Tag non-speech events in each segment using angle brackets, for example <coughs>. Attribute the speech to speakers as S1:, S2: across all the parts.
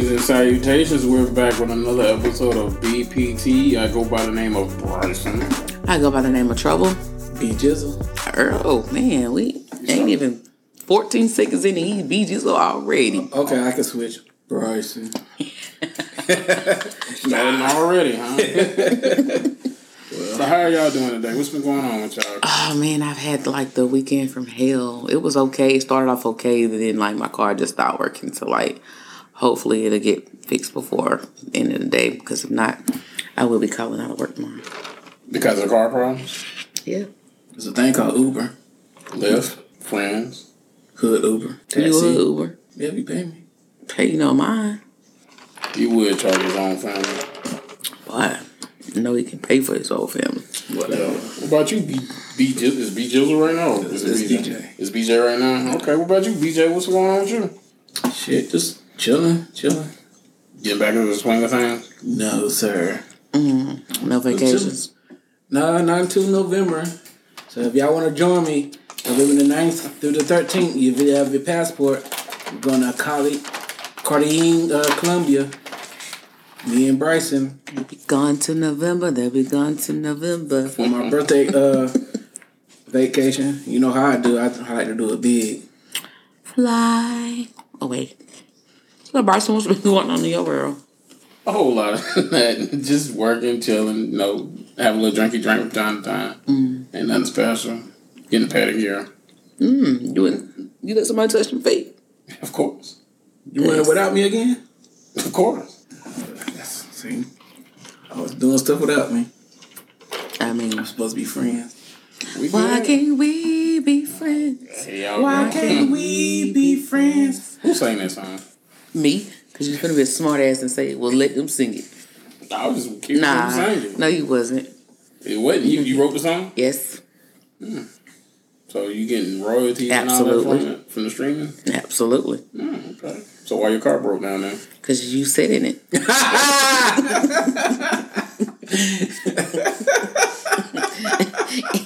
S1: salutations. We're back with another episode of BPT. I go by the name of Bryson.
S2: I go by the name of Trouble.
S1: B Jizzle.
S2: Earl, oh, man, we ain't even 14 seconds in the EBGs already.
S3: Okay, I can switch. Bryson.
S1: Starting already, huh? so how are y'all doing today? What's been going on with y'all?
S2: Oh man, I've had like the weekend from hell. It was okay. It started off okay, but then like my car just stopped working. So like, hopefully it'll get fixed before the end of the day. Because if not, I will be calling out of work tomorrow.
S1: Because of car problems?
S2: Yeah.
S3: There's a thing called Uber.
S1: Lyft? Friends?
S3: Hood Uber. Taxi.
S2: You a Uber?
S3: Yeah, you pay me.
S2: Hey, you know mine.
S1: He would charge his own family.
S2: But I know he can pay for his whole family.
S3: Whatever.
S1: What about you, B, B Jizzle? Is B Jizzle right now? or Is
S3: It's
S1: it BJ?
S3: BJ.
S1: It's BJ right now? Okay, what about you, BJ? What's going on with you?
S3: Shit, just chilling, chilling.
S1: Getting back into the swing of things?
S3: No, sir.
S2: No vacations.
S3: No, not until November. So if y'all want to join me, November the 9th through the 13th, if you have your passport, we're going to Cali, Cartagena, uh, Colombia. Me and Bryson
S2: They'll be gone to November. They'll be gone to November.
S3: for my birthday uh, vacation. You know how I do. I, I like to do it big.
S2: Fly. Oh wait. So Bryson, what's been going on in your world?
S1: A whole lot of <laughs> that. Just working, chilling, you know, have a little drinky drink from time to time. Mm. Ain't nothing special. Getting a pedicure.
S2: Mm, You and you let somebody touch your feet.
S1: Of course.
S3: You running without me again?
S1: Of course.
S3: Yes. See, I was doing stuff without me.
S2: I mean,
S3: Supposed to be friends.
S1: We
S2: why
S1: good.
S2: can't we be friends?
S1: Hey, y'all
S2: why
S1: remember-
S2: can't
S3: we be friends?
S1: Who sang that song?
S2: Me, because you're gonna be a smart ass and say, "Well, let them sing it."
S1: I was just curious
S2: Nah,
S1: who sang it.
S2: no, you wasn't.
S1: It wasn't you. You wrote the song?
S2: Yes,
S1: So you getting royalties and all that
S2: Absolutely.
S1: from, it, from the streaming?
S2: absolutely,
S1: Mm, okay. So why your car broke down then?
S2: because you said in <laughs> it.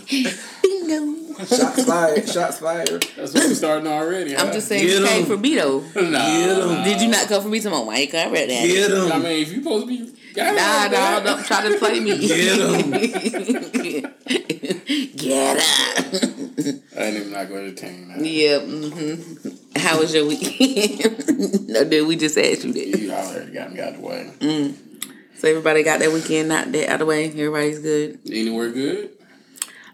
S2: Bingo.
S3: Shots fired. Shots fired.
S1: That's what we starting already.
S2: I'm
S1: huh?
S2: just saying,
S3: Get
S2: you came
S3: 'em.
S2: for me though.
S1: <laughs> Nah.
S2: Did you not come for me? Someone, why you come right now?
S3: Get
S1: I
S3: him.
S1: mean, if you supposed to be. Nah,
S2: Nah, nah, don't try to play me.
S3: Get 'em.
S2: <laughs> Get up.
S1: I ain't even not going to entertain that.
S2: Yeah. Mm-hmm. How was your weekend? <laughs> no, dude, we just asked you that.
S1: You already got me out the way.
S2: So everybody got their weekend not that out of the way. Everybody's good.
S1: Anywhere good?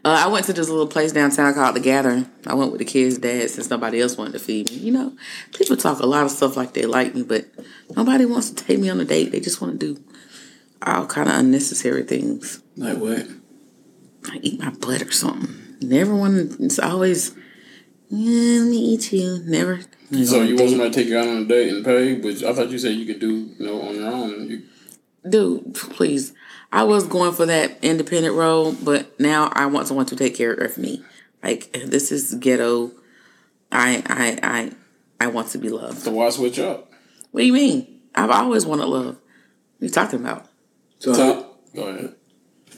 S2: Uh, I went to this little place downtown called The Gathering. I went with the kids' dad since nobody else wanted to feed me. You know, people talk a lot of stuff like they like me, but nobody wants to take me on a date. They just want to do all kind of unnecessary things.
S3: Like what?
S2: I eat my butt or something. Never want to. It's always, yeah, let me eat you. Never.
S1: So you want somebody to take you out on a date and pay, which I thought you said you could do, you know, on your own. You,
S2: dude, please. I was going for that independent role, but now I want someone to take care of me. Like this is ghetto. I I I I want to be loved.
S1: so why switch up?
S2: What do you mean? I've always wanted love. What are you talking about?
S3: So,
S1: So go ahead.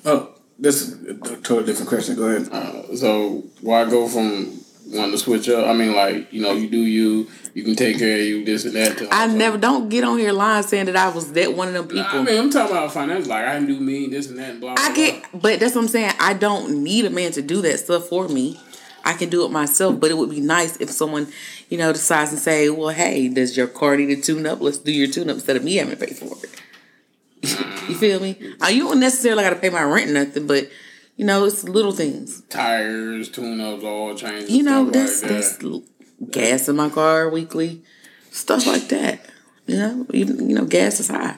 S3: oh, this is a totally different question. Go ahead.
S1: Uh, so why go from wanting to switch up? I mean, like you know, you do you. You can take care of you, this and that. to-
S2: I never don't get on here lying saying that I was that one of them people.
S1: I mean, I'm talking about finance. Like I can do me, this and that. And blah. Blah,
S2: I get, but that's what I'm saying. I don't need a man to do that stuff for me. I can do it myself, but it would be nice if someone, you know, decides and say, "Well, hey, does your car need a tune up? Let's do your tune up instead of me having to pay for it." <laughs> you feel me? Uh, you don't necessarily got to pay my rent or nothing, but you know, it's little things.
S1: blah. Tires, tune ups, all changes.
S2: You know,
S1: stuff
S2: that's
S1: like
S2: that's
S1: that.
S2: l- gas in my car weekly, stuff like that. You know, even you know, gas is high.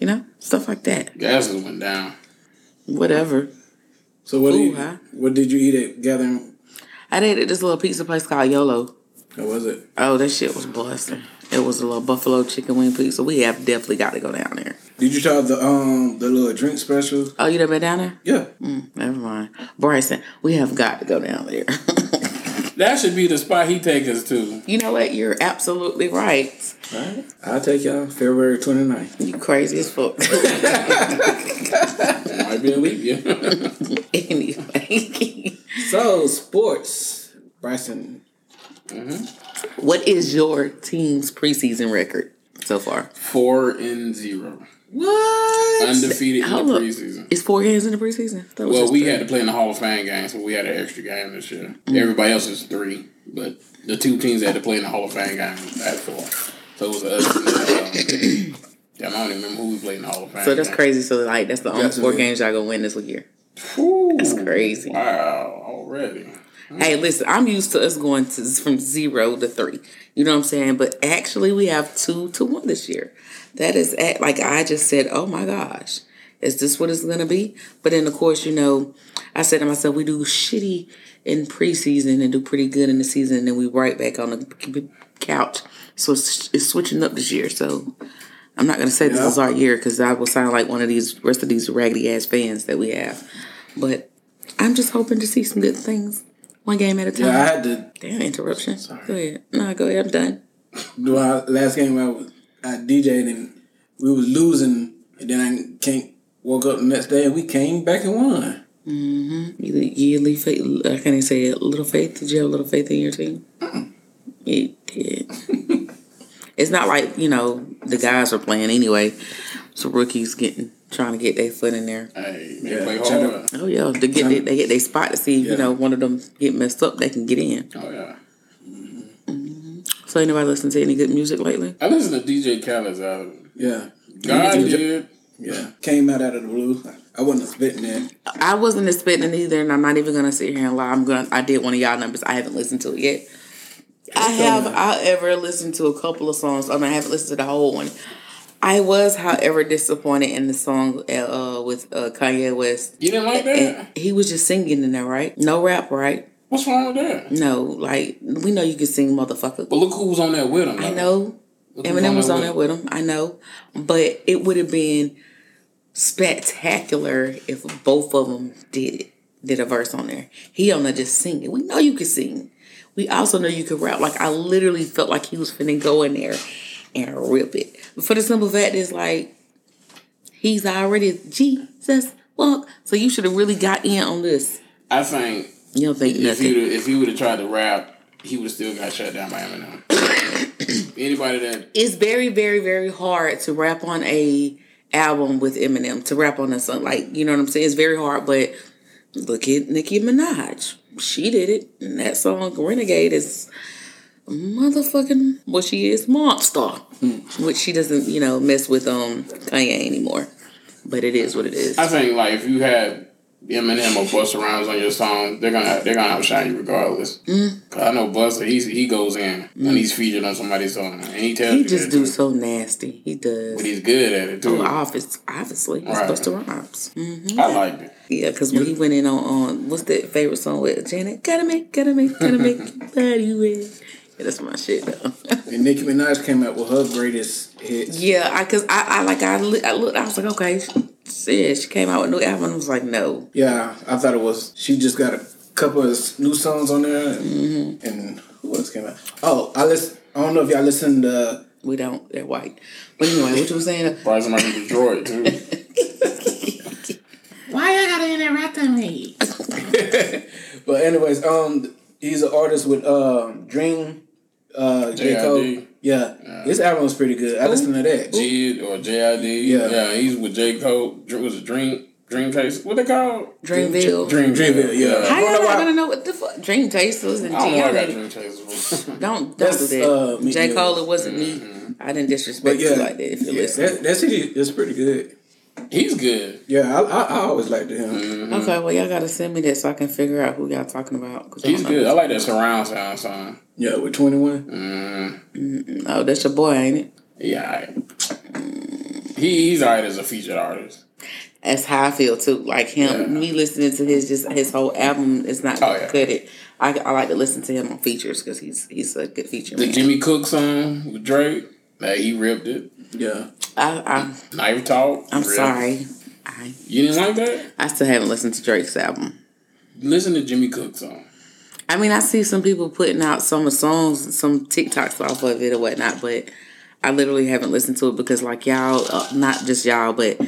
S2: You know, stuff like that.
S1: gas has went down.
S2: Whatever.
S3: So what do
S2: Ooh,
S3: you?
S2: huh?
S3: What did you eat at Gathering?
S2: I did at this little pizza place called Yolo.
S3: How was it?
S2: Oh, that shit was busting. It was a little buffalo chicken wing pizza. We have definitely got to go down there.
S3: Did you try the um the little drink special?
S2: Oh, you done been down there?
S3: Yeah.
S2: Mm, never mind. Bryson, we have got to go down there. <laughs>
S1: That should be the spot he take us to.
S2: you know what? You're absolutely right.
S3: All right. I'll take y'all February 29th.
S2: You crazy as fuck. <laughs>
S1: Might be a leap year.
S2: anyway, <laughs>
S3: So sports, Bryson.
S2: what is your team's preseason record? so far.
S1: <laughs> Four and zero.
S2: What?
S1: Undefeated in
S2: Hold
S1: the
S2: up.
S1: preseason.
S2: It's four games in the preseason. That was
S1: Well,
S2: just
S1: we
S2: three. Mm.
S1: had to play in the Hall of Fame games, so we had an extra game this year. Everybody else is three, but the two teams that had to play in the Hall of Fame game had four. So it was us. and, um,
S2: <coughs>
S1: damn, I don't even remember who we played in the Hall of Fame.
S2: So that's
S1: game.
S2: crazy. So like that's the only
S3: That's
S2: four
S3: it.
S2: games y'all gonna win this year.
S1: Whew,
S2: That's crazy.
S1: Wow, already.
S2: Hey, listen, I'm used to us going to from zero to three. You know what I'm saying? But actually, we have two to one this year. That is at, like I just said. Oh my gosh, is this what it's gonna be? But then of course, you know, I said to myself, we do shitty in preseason and do pretty good in the season, and then we right back on the c- couch. So it's, it's switching up this year. So I'm not gonna say this
S3: Yeah.
S2: is our year because I will sound like one of these rest of these raggedy ass fans that we have. But I'm just hoping to see some good things. One game at a time.
S3: Yeah, I had to
S2: Damn interruption. Go ahead. No, go ahead. I'm done.
S3: do our last game. I was I DJ'd and we was losing, and then I came woke up the next day and we came back and won.
S2: You, you leave faith. I can't even say it. Little faith. Did you have little faith in your team? You did. it's not like you know the guys are playing anyway. So rookies getting trying to get their foot in there.
S1: Hey, they
S3: Yeah,
S1: play
S3: shout
S1: hard.
S3: out.
S2: Oh yeah, they get they, they get their spot to see if
S3: Yeah.
S2: you know one of them get messed up, they can get in.
S1: Oh yeah.
S2: So anybody listen to any good music lately?
S1: I listened to DJ Khaled's album.
S3: Yeah,
S1: uh, God
S3: DJ
S1: did.
S3: yeah, came out out of the blue. I wasn't expecting that.
S2: I wasn't expecting it either, and I'm not even gonna sit here and lie. I'm gonna. I did one of y'all numbers. I haven't listened to it yet. I have, however, listened to a couple of songs. I mean, I haven't listened to the whole one. I was, however, disappointed in the song uh, with uh, Kanye West.
S1: You didn't like
S2: And
S1: that?
S2: he was just singing in there, right? No rap, right?
S1: What's wrong with that?
S2: No, like we know you can sing, motherfucker.
S1: But look who was on there with him.
S2: I know Eminem was on there with him. I know, but it would have been spectacular if both of them did it, did a verse on there. He on there just singing. We know you can sing. We also know you can rap. Like I literally felt like he was finna go in there and rip it. But for the simple fact is like he's already Jesus walk. So you should have really got in on this.
S1: I think
S2: You don't think
S1: if
S2: nothing.
S1: he if he would have tried to rap, he would have still got shut down by Eminem.
S2: <coughs>
S1: Anybody that
S2: it's very, very, very hard to rap on a album with Eminem to rap on a song. Like you know what I'm saying? It's very hard. But look at Nicki Minaj, she did it, and that song "Renegade" is motherfucking well, she is monster,
S1: Hmm.
S2: which she doesn't you know mess with um Kanye anymore. But it is what it is.
S1: I think like if you had Eminem or Busta Rhymes on your song, they're gonna they're gonna outshine you regardless.
S2: Mm.
S1: Cause I know Busta, he's he goes in when he's featured on somebody's song, and he tells
S2: he
S1: you
S2: just
S1: that,
S2: do
S1: too.
S2: so nasty. He
S1: But
S2: does.
S1: he's good at it too.
S2: Office, obviously, it's
S1: Right.
S2: Busta Rhymes.
S1: I liked it.
S2: Yeah, because when he went in on, on what's that favorite song with Janet? Gotta make, gotta make, gotta
S3: <laughs>
S2: make you body red. Yeah, that's my shit though. <laughs>
S3: And Nicki Minaj came out with her greatest hits.
S2: yeah, I cause I, I like I, li- I looked, I was like, okay, shit. She came out with a new album. I was like, no,
S3: Yeah, I thought it was. She just got a couple of new songs on there, and, and who else came out? Oh, I listen. I don't know if y'all listened to
S2: we don't. They're white. But anyway, what you were saying?
S1: Bryson might be Detroit
S2: <laughs>
S1: too.
S2: Why I gotta interrupt me?
S3: But anyways, um, he's an artist with um Dream, uh, J
S1: J.I.D..
S3: Cole. Yeah, his album was pretty good. I listened to that.
S1: Jid or JID.
S3: Yeah.
S1: Yeah. he's with J. Cole. Dr- Was it Dream Dream Chase? What they called?
S2: Dreamville.
S1: Dream
S3: Dreamville, yeah.
S2: How
S3: I
S2: y'all
S3: don't know why-
S2: not gonna know what the fuck Dream Tasters and
S1: I don't know why I got
S2: G.I.D.
S1: Dream Chasers.
S2: Don't don't
S3: That's,
S2: do that.
S3: uh, me-
S2: J
S3: yeah.
S2: Cole, it wasn't me. I didn't disrespect
S3: But yeah,
S2: you like that. If you
S3: yeah,
S2: listen,
S3: that, that CD is pretty good.
S1: he's good.
S3: Yeah, I, I, I always liked him.
S2: okay, well y'all gotta send me that so I can figure out who y'all talking about. 'cause I
S1: He's
S2: don't know.
S1: good. I like that surround sound song. Mm,
S3: Yeah, with Twenty One.
S2: Oh, that's your boy, ain't it?
S1: Yeah, alright. he, he's alright as a featured artist.
S2: That's how I feel too. Like him,
S1: Yeah.
S2: me listening to his just his whole album is not
S1: Oh, yeah.
S2: good. It. I, I like to listen to him on features because he's he's a good feature
S1: The
S2: man.
S1: Jimmy Cook song with Drake, like, he ripped it.
S3: Yeah,
S2: I, I
S1: Knife Talk.
S2: I'm
S1: ripped.
S2: sorry, I
S1: You didn't like that?
S2: I still haven't listened to Drake's album.
S1: Listen to Jimmy Cook song.
S2: I mean, I see some people putting out some songs, some TikToks off of it or whatnot, but I literally haven't listened to it because, like, y'all, uh, not just y'all, but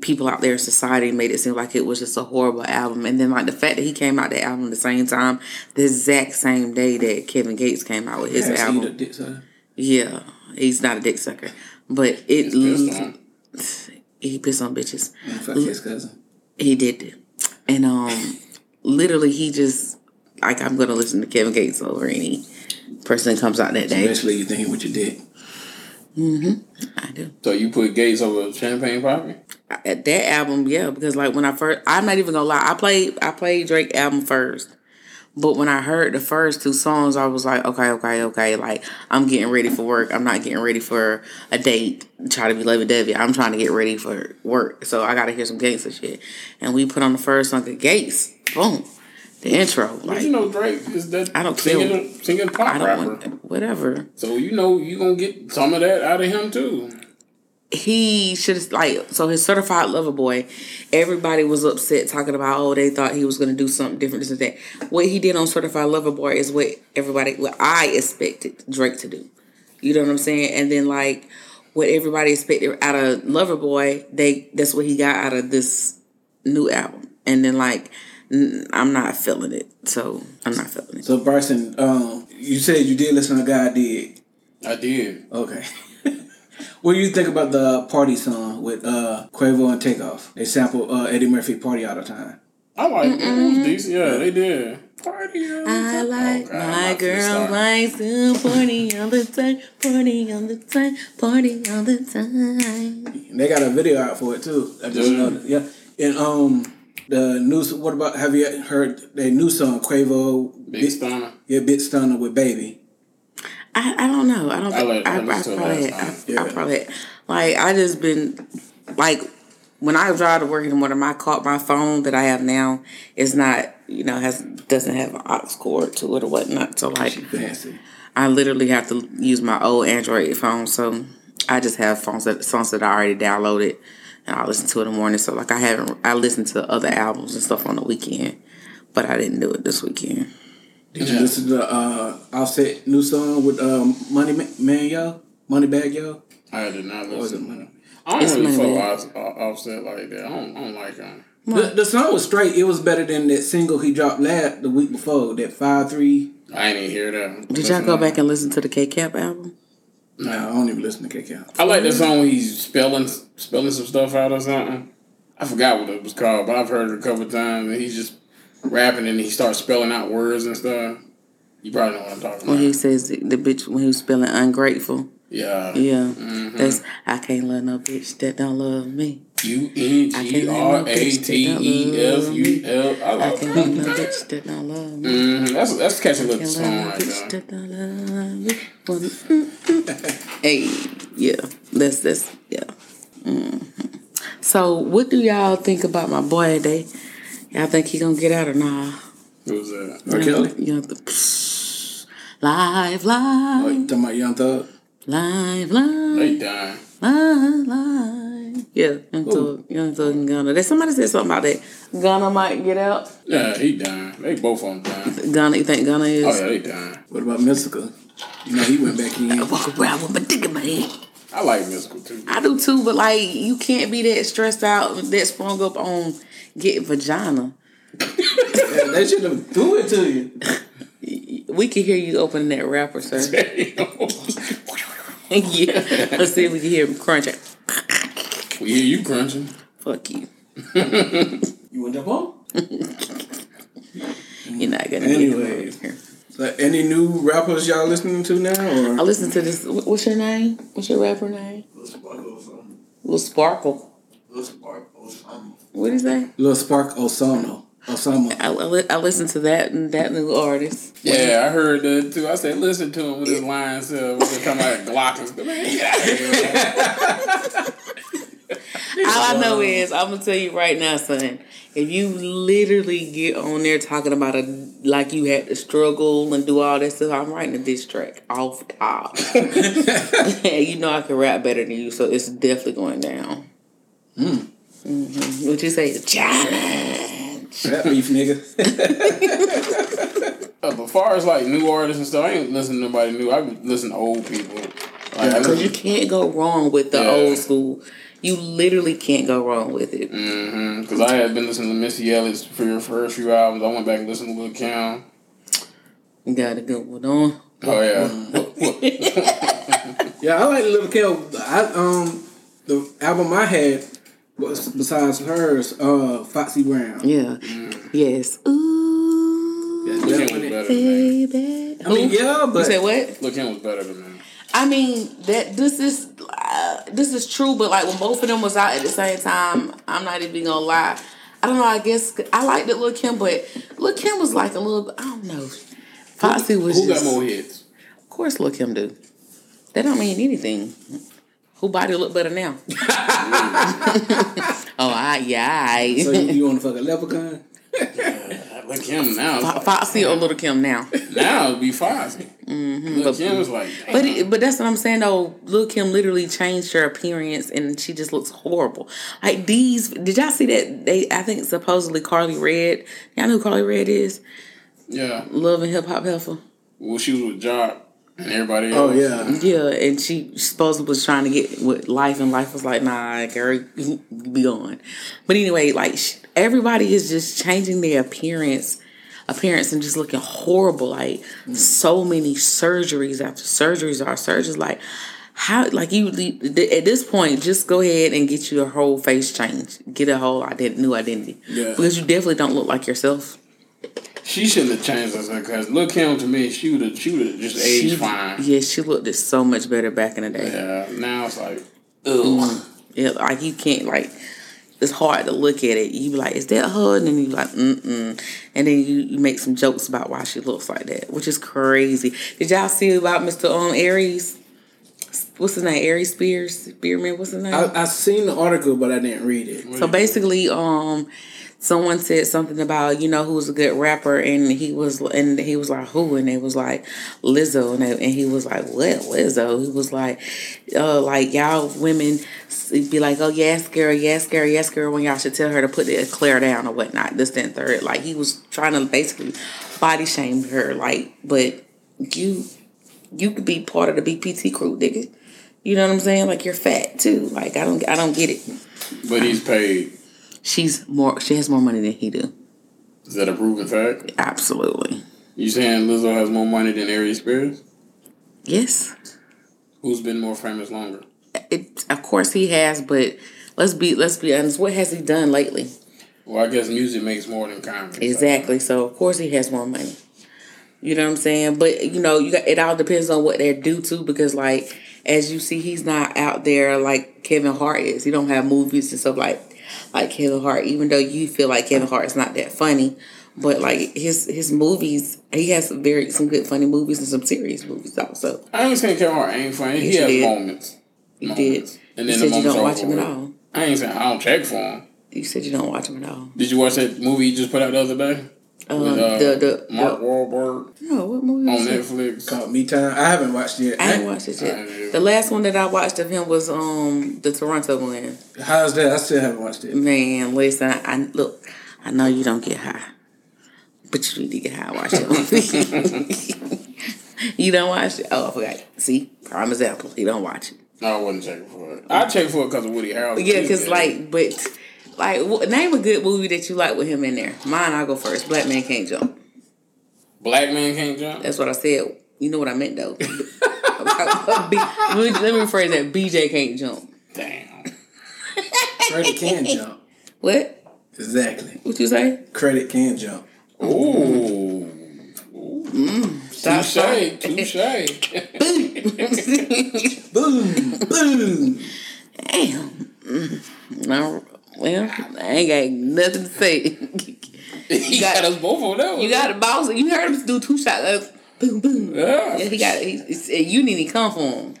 S2: people out there in society made it seem like it was just a horrible album. And then, like, the fact that he came out the album the same time, the exact same day that Kevin Gates came out with his
S3: Ask
S2: album.
S3: Edith Dixon.
S2: Yeah, he's not a dick sucker. But it
S1: Pissed on.
S2: he pissed on bitches.
S3: Fuck his cousin.
S2: He did, and um, literally he just like I'm gonna listen to Kevin Gates over any person that comes out that day.
S3: Eventually, you thinking what you did.
S2: I do
S1: So you put Gates over Champagne Poppy?
S2: at that album, yeah, because like when I first, I'm not even gonna lie, I played I played Drake album first. But when I heard the first two songs, I was like, okay, okay, okay. Like, I'm getting ready for work. I'm not getting ready for a date, try to be lovey dovey. I'm trying to get ready for work. So I got to hear some gangster shit. And we put on the first song of Gates. Boom. The intro.
S1: But you
S2: Like,
S1: know Drake is that
S2: I don't
S1: singing, singing pop
S2: I don't
S1: rapper.
S2: want, whatever.
S1: So you know you gonna get some of that out of him too.
S2: he should have like so his certified lover boy everybody was upset talking about oh they thought he was going to do something different this and that what he did on certified lover boy is what everybody what i expected drake to do you know what i'm saying and then like what everybody expected out of lover boy they that's what he got out of this new album and then like n- i'm not feeling it so i'm not feeling it
S3: So Bryson, um, you said you did listen to God did.
S1: I did.
S3: Okay. <laughs> what do you think about the party song with uh, Quavo and Takeoff? They sample uh, Eddie Murphy party all the time.
S1: I like it. It was decent. Yeah, they did. Party. on.
S2: I like
S1: Oh, God, I'm
S2: my
S1: not finna
S2: girl
S1: start.
S2: likes to party all the time, party all the time, party all the time.
S3: And they got a video out for it too. I just
S1: Yeah.
S3: noticed. Yeah. And um, the new. What about? Have you heard their new song Quavo?
S1: Big Stunner.
S3: Yeah, Bit Stunner with Baby.
S2: I, I don't know. I don't.
S1: I
S2: think,
S1: let-
S2: I, I,
S1: I listened to it last
S2: probably. I,
S1: time.
S2: I
S3: Yeah.
S2: probably like I just been like when I drive to work in the morning, my call, my phone that I have now is not you know has doesn't have an aux cord to it or whatnot. So like
S3: Fancy.
S2: I literally have to use my old Android phone, so I just have phones that songs that I already downloaded and I listen to in the morning. So like I haven't I listened to other albums and stuff on the weekend, but I didn't do it this weekend.
S3: Did you listen to the uh, Offset new song with um, Money Ma- Man Yo? Money Bag Yo?
S1: I did not
S3: Was it
S1: listen.
S3: Money?
S1: I don't really
S2: Money
S1: fuck with Off- Off- Offset like that. I don't, I don't like him.
S3: The, the song was straight. It was better than that single he dropped last the week before. That five three.
S1: I ain't even hear that.
S2: Did y'all go back and listen to the K Cap album?
S3: Nah, I don't even listen to KK.
S1: I like that song when he's spelling spelling some stuff out or something. I forgot what it was called, but I've heard it a couple times. And he's just rapping and he starts spelling out words and stuff. You probably know what I'm talking
S2: When
S1: about.
S2: he says the the bitch when he was spelling ungrateful.
S1: Yeah. Mm-hmm.
S2: Yeah. That's I can't love no bitch that don't love me.
S1: U N G R A T E F U L. I
S2: I
S1: like
S2: can't love no bitch that don't love me.
S1: Mhm, That's that's catching a little
S2: Can't
S1: song
S2: love no
S1: right
S2: bitch
S1: there.
S2: that don't love me. Well, mm, mm. <laughs> Hey, yeah, that's that's yeah. Mhm. So, what do y'all think about my boy today? Y'all think he gonna get out or nah?
S1: What was that?
S3: R. Kelly?
S2: Young th- <laughs> live, live,
S3: Oh, you talking about Young Thug?
S2: live, live,
S1: They dying.
S2: live, live. Yeah, young thug, young thug and Gunna. There's somebody said something about that. Gunna might get out.
S1: Yeah, he dying. They both on dying.
S2: Gunna, you think Gunna is?
S1: Oh yeah, they dying.
S3: What about Mystical? You know, he went back <laughs> in.
S2: Walk around with my dick in my head.
S1: I like musical too. <laughs>
S2: I do too, but like you can't be that stressed out, that sprung up on getting vagina.
S3: Yeah, they should have threw it to you.
S2: We can hear you opening that
S1: <laughs>
S2: wrapper, sir. <laughs> yeah, let's see if we can hear him crunching.
S1: we hear you crunching.
S2: Fuck you.
S3: You want to jump on?
S2: You're not gonna
S3: Anyways.
S2: get him.
S3: Like, any new rappers y'all listening to now?
S2: I
S3: Or?
S2: listened to this. wh- What's your name? What's your rapper name? Little Sparkle. What is that?
S3: Lil Spark Osama. Osama.
S2: I, I, li- I listened to that and that new artist.
S1: Yeah, I heard that too. I said, listen to him with his lines. Uh, when they talking about Glock and stuff. Man, get out of here.
S2: All I know is I'm gonna tell you right now, son. If you literally get on there talking about a like you had to struggle and do all that stuff, I'm writing a diss track off top. <laughs> you know I can rap better than you, so it's definitely going down. hmm What you say? Challenge.
S3: Rap beef, nigga. <laughs>
S1: Uh, but far as like new artists and stuff, I ain't listen to nobody new. I listen to old people. Like, I
S2: Because you
S1: listen,
S2: can't go wrong with the
S1: Yeah.
S2: old school. You literally can't go wrong with it.
S1: Mhm, 'cause I had been listening to Missy Ellis for her first few albums. I went back and listened to Lil Kim.
S2: You got a good one on.
S1: Oh yeah.
S3: Yeah, I like Lil Kel. I um the album I had was besides hers, uh, Foxy Brown.
S2: Yeah. Yes. Ooh,
S3: Yeah,
S1: Lil
S3: that
S1: Kim was
S3: one-
S1: better than that.
S2: baby.
S3: I mean,
S2: Who?
S3: yeah,
S2: You
S3: but
S2: said what?
S1: Lil Kim was better than that.
S2: I mean that this is uh, this is true, but like when both of them was out at the same time, I'm not even gonna lie. I don't know. I guess I liked it, Lil Kim, but Lil Kim was like a little. I don't know. Foxy was
S1: Who got
S2: just.
S1: more hits?
S2: Of course, Lil Kim do. That don't mean anything. Who body look better now? oh, I yeah. I.
S3: so you, you want to fuck a leprechaun?
S1: Lil Kim now.
S2: Fo- <laughs> Foxy or Little Kim now,
S1: Now it'd be Foxy. Lil Kim was like, damn.
S2: Mm-hmm. but it, but that's what I'm saying though. Lil Kim literally changed her appearance and she just looks horrible. Like these, did y'all see that? They I think supposedly Carly Red. Y'all know who Carly Red is?
S1: yeah.
S2: Love and Hip Hop Heifer.
S1: Well, she was with Jock and everybody else.
S3: Oh yeah,
S2: Yeah, and she supposedly was trying to get with life, and life was like, nah, girl, you be gone. But anyway, like sh- everybody is just changing their appearance, appearance, and just looking horrible. Like
S1: Mm.
S2: so many surgeries after surgeries are surgeries. Like how, like you the- at this point, just go ahead and get you a whole face change, get a whole ident- new identity,
S1: Yeah.
S2: because you definitely don't look like yourself.
S1: She shouldn't have changed herself because Lil Kim to me, she would have, she would have just aged
S2: She-
S1: fine.
S2: Yeah, she looked so much better back in the day.
S1: Yeah. Now it's like, ugh.
S2: Yeah, like you can't like. It's hard to look at it. You be like, "Is that her?" And then you be like, "Mm mm," and then you, you make some jokes about why she looks like that, which is crazy. Did y'all see about Mr. Um Aries? What's his name? Aries Spears Spearman. What's his name?
S3: I, I seen the article, but I didn't read it.
S2: So basically, um, someone said something about you know who's a good rapper, and he was and he was like who, and it was like Lizzo, and, they, and he was like what Lizzo? He was like, uh, like y'all women s- be like, oh yes girl, yes girl, yes girl, when y'all should tell her to put the eclair down or whatnot. This that, and third, like he was trying to basically body shame her, like, but you you could be part of the BPT crew, nigga. You know what I'm saying? Like you're fat too. Like I don't I don't get it
S1: But he's paid.
S2: she's more she has more money than he do
S1: Is that a proven fact?
S2: absolutely
S1: You saying Lizzo has more money than Aries Spears?
S2: yes
S1: Who's been more famous longer?
S2: it, of course he has but let's be let's be honest what has he done lately
S1: Well, I guess music makes more than comedy.
S2: exactly so of course he has more money you know what i'm saying but you know you got it all depends on what they're due to because like as you see he's not out there like kevin hart is he don't have movies and stuff like like kevin hart even though you feel like kevin hart is not that funny but like his his movies he has some very some good funny movies and some serious movies also
S1: I ain't saying Kevin Hart ain't funny. He
S2: Yes, you
S1: has
S2: did.
S1: moments.
S2: You did.
S1: moments. And
S2: you
S1: then
S2: said
S1: the
S2: you
S1: moments
S2: don't
S1: are
S2: watch him
S1: over
S2: at
S1: with.
S2: all.
S1: I ain't saying I don't check for him.
S2: You said you don't watch him at all.
S1: Did you watch that movie you just put out the other day?
S2: Um,
S1: With, uh,
S2: the Mm-hmm. the,
S1: Mark
S2: the
S1: Wahlberg
S2: no, what movie
S1: on
S2: was it?
S1: Netflix.
S3: Called Me Time. I haven't watched it.
S2: I didn't watch it
S1: I didn't
S2: yet.
S1: either.
S2: The last one that I watched of him was um the Toronto one.
S3: How's that? I still haven't watched it.
S2: Man, listen, I, I look. I know you don't get high, but you need to get high. and Watch it. <laughs> you don't watch it. Oh, I forgot. See, prime example. You don't watch it.
S1: No, I wasn't checking for it. I checked for it because of Woody Harrelson.
S2: Yeah,
S1: He's
S2: because
S1: good.
S2: like, but like, wh- name a good movie that you like with him in there. Mine, I'll go first. Black Man Can't Jump.
S1: Black Man Can't Jump.
S2: That's what I said. You know what I meant though. <laughs> B- let me rephrase that. BJ can't jump.
S1: Damn.
S3: Credit can jump.
S2: What?
S3: Exactly.
S2: What you say?
S3: Credit can jump.
S1: Ooh.
S2: <laughs> Stop, stop.
S1: Touche.
S2: <laughs>
S1: Touche.
S3: Boom, boom.
S2: Damn. No, well, I ain't got nothing to say. <laughs>
S1: he
S2: got-
S1: got us both on that one.
S2: you got a boss. You heard him do two shots. uh, Boom, boom.
S1: Yeah.
S2: Yeah, he got. He, he said, you need to come for him.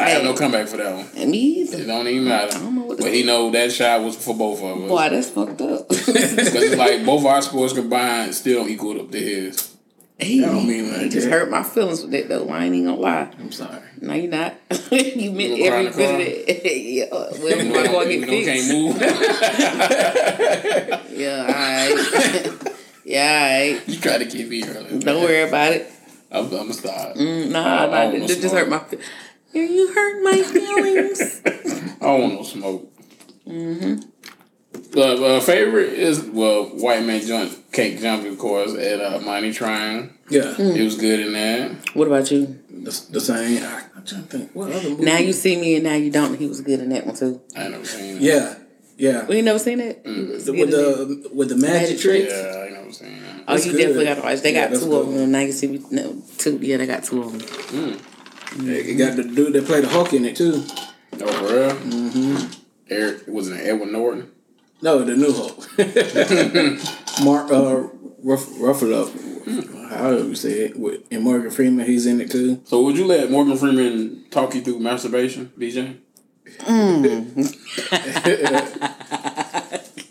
S1: I have no comeback for that one.
S2: And Me
S1: It
S2: either.
S1: don't even matter.
S2: don't know what-
S1: But he know that shot was for both of us. <laughs>
S2: Boy, that's fucked up. <laughs>
S1: Because like both our scores combined still equaled up to his.
S2: he,
S3: don't mean like
S2: he just
S3: that.
S2: hurt my feelings with that though. I ain't even gonna lie.
S3: I'm sorry.
S2: No, you're not. <laughs> you meant
S1: You gonna
S2: every
S1: cry in
S2: bit of it. <laughs>
S3: <laughs>
S2: yeah. Well,
S1: You <laughs>
S2: we're
S1: know,
S2: going
S1: you
S2: to
S1: know,
S2: get
S1: can't move.
S2: fixed.
S1: <laughs>
S2: <laughs> Yeah, all right. <laughs> yeah, all right.
S1: you tried to keep me earlier.
S2: Don't worry about it. Mm,
S1: I'm, I'm a star.
S3: Oh,
S2: Nah, nah,
S1: almost
S2: it just hurt my feelings. You hurt my
S3: <laughs>
S2: feelings.
S1: I don't want no smoke. Mm-hmm. Uh, uh, favorite is well, White Man Jump Cake Jumping, of course, at uh, Money Trying.
S2: Hmm.
S3: Yeah.
S1: It was good in that.
S2: what about you?
S3: the, the same. I, I'm trying to think. What other movie?
S2: Now you see me and now you don't. He was good in that one too.
S1: I ain't never seen it.
S3: Yeah, yeah.
S2: We ain't never seen it.
S3: The- with the with the magic
S2: Magic
S3: trick.
S1: Yeah, I ain't never seen it.
S2: Oh,
S3: That's
S2: you
S3: good.
S2: definitely got to watch. They
S3: Yeah,
S2: got
S3: that's
S2: two of
S3: good.
S2: them. Now you see me. No, two. Yeah, they got two of them.
S3: You got the dude that played the Hulk in it too.
S1: No, for real? Mm-hmm. Eric, was it Edward Norton?
S3: No, the new Hulk. <laughs> Mark uh, Ruff, Ruffalo. How do you say it? With, and Morgan Freeman, he's in it too.
S1: So would you let Morgan Freeman talk you through masturbation,
S2: Mm.
S1: BJ?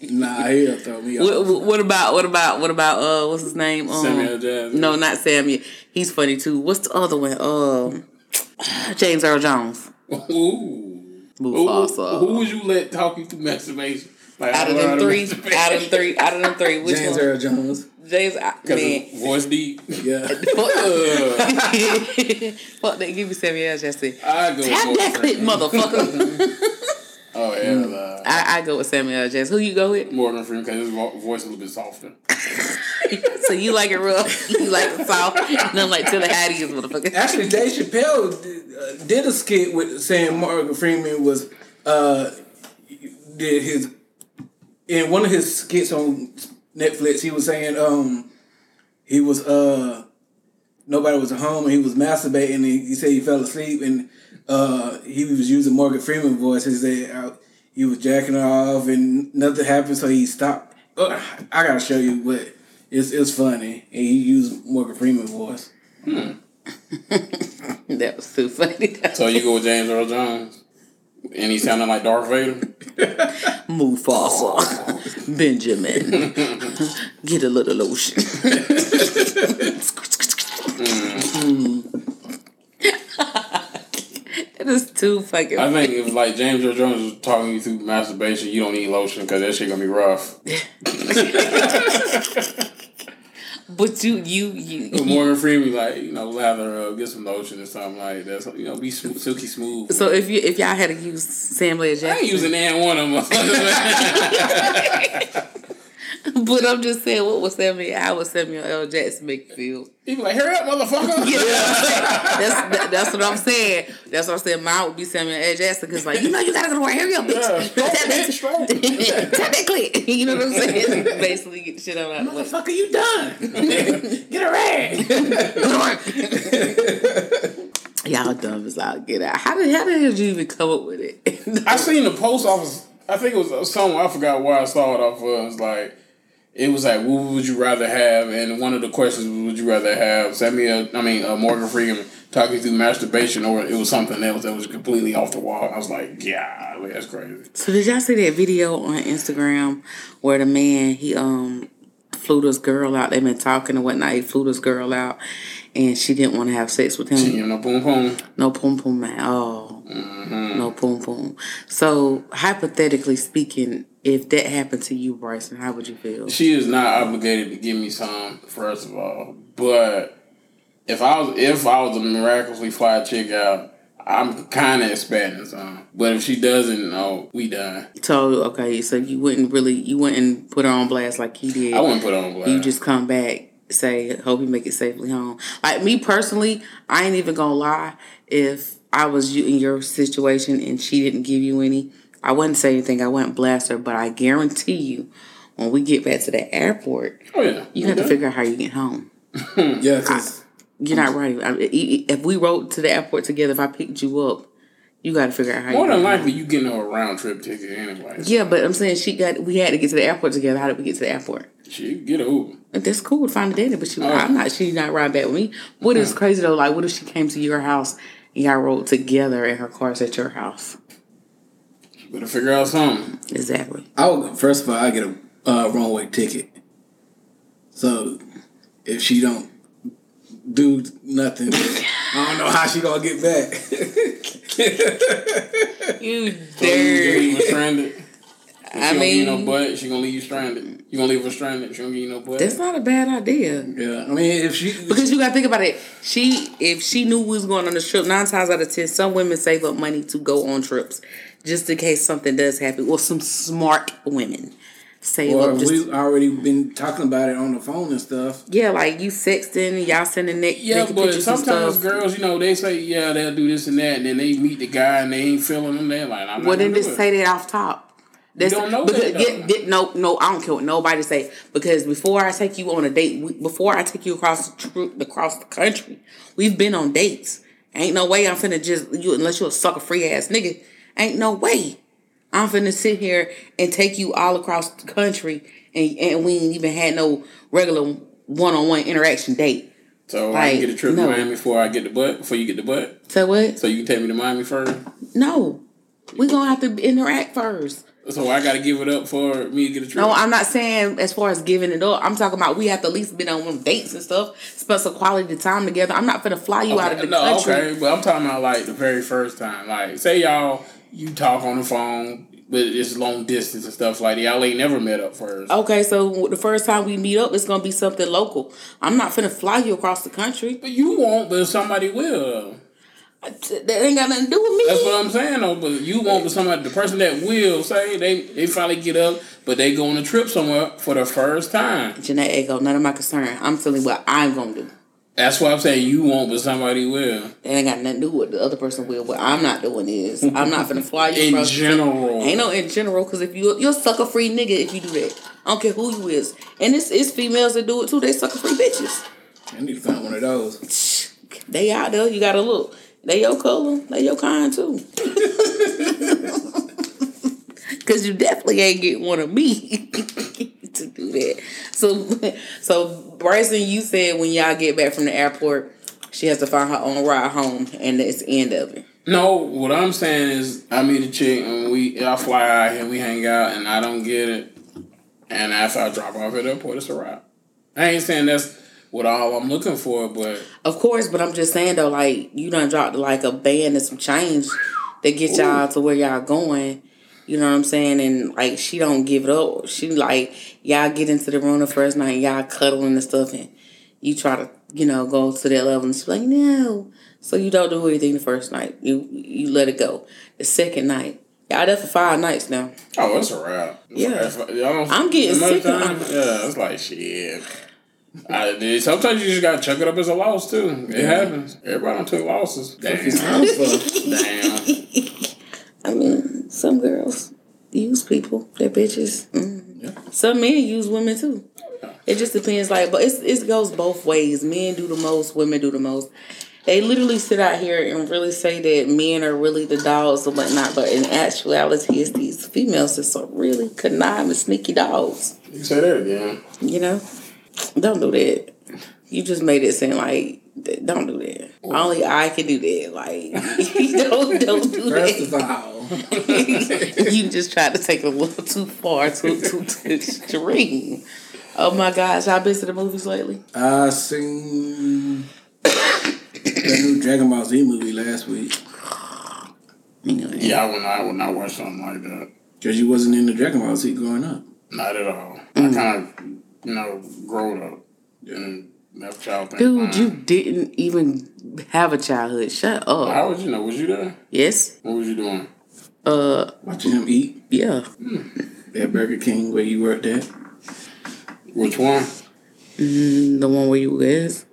S3: Nah, he'll throw me off.
S2: What, what about what about what about uh what's his name? Um,
S1: Samuel Jackson.
S2: No, not Samuel. He's funny too. What's the other one? Um, <sighs> James Earl Jones.
S1: <laughs> Ooh.
S2: Mufasa.
S1: Who, who would you let talk you through masturbation? Like,
S2: Out of them three, out of them three, out of them three, which
S3: James
S2: one?
S3: Earl Jones.
S2: James, I,
S1: <laughs>
S2: man,
S1: Because voice deep.
S2: <laughs>
S3: Yeah.
S2: fuck, <laughs> fuck that. Give me Samuel Jackson.
S1: I go with
S2: Tap
S1: Morgan
S2: that clip, Mm.
S1: Freeman.
S2: motherfucker.
S1: Oh, hell, uh,
S2: I, I go with Samuel L. Jackson. Who you go with? <laughs>
S1: Morgan Freeman, because his vo- voice is a little bit softer.
S2: So you like it rough, <laughs> you like it soft, <laughs> and I'm like Tallahattie is motherfucker. <laughs>
S3: Actually, Dave Chappelle did, uh, did a skit with saying Morgan Freeman was uh, did his in one of his skits on Netflix. He was saying um, he was uh, nobody was at home and he was masturbating. And he, he said he fell asleep and uh, he was using Morgan Freeman voice. He said uh, he was jacking off and nothing happened, so he stopped. Ugh, I gotta show you, but it's it's funny, and he used Morgan Freeman voice.
S2: That was too funny. <laughs>
S1: So you go with James Earl Jones? And he sounded like Darth Vader?
S2: Mufasa, <laughs> Benjamin, get a little lotion. <laughs> That is too fucking.
S1: I think if like James Earl Jones was talking you through masturbation, you don't need lotion because that shit gonna be rough.
S2: But you, you, you.
S1: But Morgan Freeman like you know lather up, get some lotion or something like that. So, you know, be smooth, silky smooth.
S2: So if you if y'all had to use Samuel L.
S1: I ain't
S2: Jackson,
S1: using that one of them.
S2: <laughs> but I'm just saying, what was Samuel? How would Samuel L. Jackson make you feel?
S1: <laughs> he be like, "Hurry up, motherfucker!"
S2: that's that, that's what I'm saying. That's what I'm saying. Mine would be Samuel L. Jackson because, like, you know, you gotta go to work. Hurry up, bitch.
S1: Stroke,
S2: Tap
S1: bitch, stroke.
S2: <laughs> that, <laughs> tap that click. You know what I'm saying? <laughs> Basically, get the shit out of the way.
S3: Motherfucker, you done. Get a rag.
S2: Go to work. Y'all dumb as all get out. How did how the hell did you even come up with it? <laughs>
S1: I seen the post office. I think it was uh, somewhere. I forgot where I saw it off. Of. It was like it was like, what would you rather have? And one of the questions was, would you rather have Samuel? I mean, uh, Morgan Freeman talking through masturbation, or it was something else that was completely off the wall. I was like, yeah, that's crazy.
S2: so did y'all see that video on Instagram where the man he um flew this girl out? They been talking and whatnot. He flew this girl out, and she didn't want to have sex with him.
S1: You know, boom, boom.
S2: No pum pum at all. No pum pum. So hypothetically speaking, if that happened to you, Bryson, how would you feel?
S1: She is not obligated to give me some. First of all, but if I was if I was a miraculously fly chick out, I'm kind of expecting some. But if she doesn't, no, we done.
S2: So okay, so you wouldn't really, you wouldn't put her on blast like he did.
S1: I wouldn't put on blast.
S2: You just come back, say, hope you make it safely home. Like me personally, I ain't even gonna lie. If I was you in your situation and she didn't give you any, I wouldn't say anything. I wouldn't blast her, but I guarantee you, when we get back to the airport,
S1: oh yeah,
S2: you have to figure out how you get home.
S3: Yeah, because
S2: You're not right. I- i- i- If we rode to the airport together, if I picked you up, you got to figure out how.
S1: More
S2: you
S1: than likely, you getting her a round trip ticket anyway.
S2: Yeah, but I'm saying she got. We had to get to the airport together. How did we get to the airport?
S1: She get a Uber.
S2: That's cool to find a daddy, but
S1: Oh.
S2: she. I'm not. She's not riding back with me. What is crazy though? Like, what if she came to your house and y'all rode together and her car's at your house?
S1: She better figure out something.
S2: Exactly.
S3: I would, first of all, I get a uh, wrong way ticket. So if she don't do
S2: <laughs>
S3: nothing, I don't know how she gonna get back. <laughs>
S2: You
S1: You gonna leave
S2: dirty.
S1: her
S2: <laughs>
S1: stranded. She
S2: I
S1: gonna give you no
S2: mean,
S1: butt. She gonna leave you stranded. You gonna leave her stranded. She gonna give you no butt.
S2: that's not a bad idea.
S3: yeah, I mean if she
S2: Because you gotta think about it. She if she knew we was going on a trip, nine times out of ten, some women save up money to go on trips just in case something does happen. Well, some smart women. Save
S3: Or
S2: up just
S3: we already been talking about it on the phone and stuff.
S2: yeah, like you sexting and y'all sending nick
S1: Yeah,
S2: naked
S1: but
S2: pictures and
S1: sometimes
S2: stuff.
S1: girls, you know, they say, yeah, they'll do this and that, and then they meet the guy and they ain't feeling them. They're like, I'm
S2: Well,
S1: not
S2: then
S1: gonna
S2: just
S1: do it.
S2: say that off top. That's
S1: don't know
S2: because
S1: that,
S2: get,
S1: though.
S2: get- no no I don't care what nobody say because before I take you on a date we, before I take you across the tru- across the country we've been on dates ain't no way I'm finna just you unless you a sucker free ass nigga ain't no way I'm finna sit here and take you all across the country and and we ain't even had no regular one on one interaction date
S1: So I
S2: Like,
S1: can get a trip
S2: no.
S1: to Miami before I get the butt, before you get the butt.
S2: so what
S1: So you can take me to Miami first.
S2: no we gonna have to interact first.
S1: So I gotta give it up for me to get a trip.
S2: No, I'm not saying as far as giving it up. I'm talking about we have to at least been on one dates and stuff, spend some quality time together. I'm not gonna fly you out of the
S1: no,
S2: country.
S1: okay, but I'm talking about like the very first time. Like, say y'all you talk on the phone, but it's long distance and stuff like that. Y'all ain't never met up first.
S2: Okay, so the first time we meet up, it's gonna be something local. I'm not finna fly you across the country.
S1: But you won't, but somebody will.
S2: That ain't got nothing to do with me.
S1: That's what I'm saying though. But you won't, but somebody, the person that will say they they finally get up, but they go on a trip somewhere for the first time.
S2: Jeanette Ego, none of my concern. I'm telling you what I'm gonna do.
S1: That's why I'm saying you won't, but somebody will.
S2: That ain't got nothing to do with the other person will. What I'm not doing is I'm not finna fly
S1: <laughs>
S2: you
S1: In
S2: across the
S1: general,
S2: Ain't no in general, because if you you're a sucker free nigga if you do that. I don't care who you is, and it's it's females that do it too. They sucker free bitches.
S3: I need to find one of
S2: <laughs>
S3: those.
S2: They out there. You gotta look. They your color. They your kind too. <laughs> Cause you definitely ain't getting one of me <laughs> to do that. So, so Bryson, you said when y'all get back from the airport, she has to find her own ride home, and that's the end of it.
S1: No, what I'm saying is I meet a chick and we I fly out here, we hang out, and I don't get it. And after I drop off at the airport, it's a wrap. I ain't saying that's what all I'm looking for, but
S2: Of course, but I'm just saying though, like you done dropped like a band and some change that get y'all to where y'all going. You know what I'm saying? And like she don't give it up. She like y'all get into the room the first night, y'all cuddling and stuff, and you try to you know go to that level, and she's like no. So you don't do anything the first night. You you let it go. The second night, y'all there for five nights now.
S1: oh, it's a wrap.
S2: Yeah.
S1: If I- I don't-
S2: I'm getting
S1: most
S2: sick of-
S1: time, yeah, it's like shit. I, dude, sometimes you just gotta chuck it up as a loss too. It happens. Everybody don't take losses. Damn. Damn.
S2: I mean, some girls use people. They're bitches. Mm. Some men use women too. It just depends. Like, but it's, it goes both ways. Men do the most. Women do the most. They literally sit out here and really say that men are really the dogs and whatnot, but in actuality, it's these females that are really conniving, sneaky dogs.
S1: You say that again.
S2: You know, don't do that. You just made it seem like th- don't do that. Only I can do that. Like, <laughs> don't don't do
S3: First
S2: that
S3: of
S2: <laughs>
S3: all,
S2: you just tried to take it a little too far, too too, too extreme. Oh my gosh, y'all been to the movies lately?
S3: I seen the new Dragon Ball Z movie last week
S1: Yeah, I would not, I would not watch something like that.
S3: because you wasn't in the Dragon Ball Z growing up.
S1: Not at all.
S2: Mm.
S1: I kind of, you know, grown up and that child thing.
S2: Dude, you
S1: fine.
S2: didn't even have a childhood. Shut up.
S1: How was you know? Was you there?
S2: Yes.
S1: What was you doing?
S2: Uh.
S3: Watching him eat
S2: Yeah.
S3: at Burger King where you worked at.
S1: Which one?
S2: The one where you was,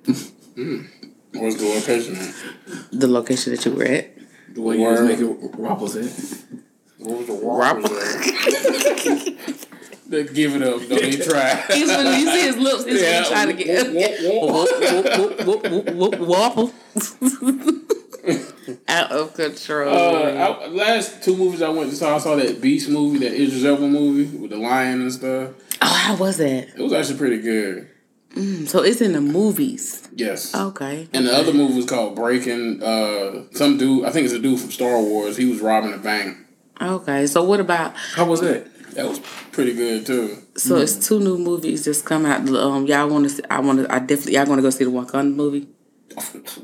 S1: What's the location? At?
S2: the location that you were at.
S3: The way you was
S1: Word.
S3: making waffles at.
S1: What was the walk?
S2: <laughs>
S1: They give it up. Don't even try.
S2: He's when you see his lips. He's
S1: Yeah.
S2: trying to get whoop, whoop, whoop, wobble. <laughs> Out of control.
S1: Uh, I, last two movies I went and saw, I saw that Beast movie, that Idris Elba movie with the lion and stuff.
S2: oh, how was that?
S1: It was actually pretty good.
S2: So it's in the movies.
S1: Yes.
S2: Okay.
S1: And the other movie was called Breaking. Uh, some dude, I think it's a dude from Star Wars. He was robbing a bank.
S2: Okay. So what about
S3: How was that?
S1: That was pretty good too.
S2: So it's two new movies that's come out. Um, y'all want to? I want to. I definitely. Y'all going to go see the Wakanda movie,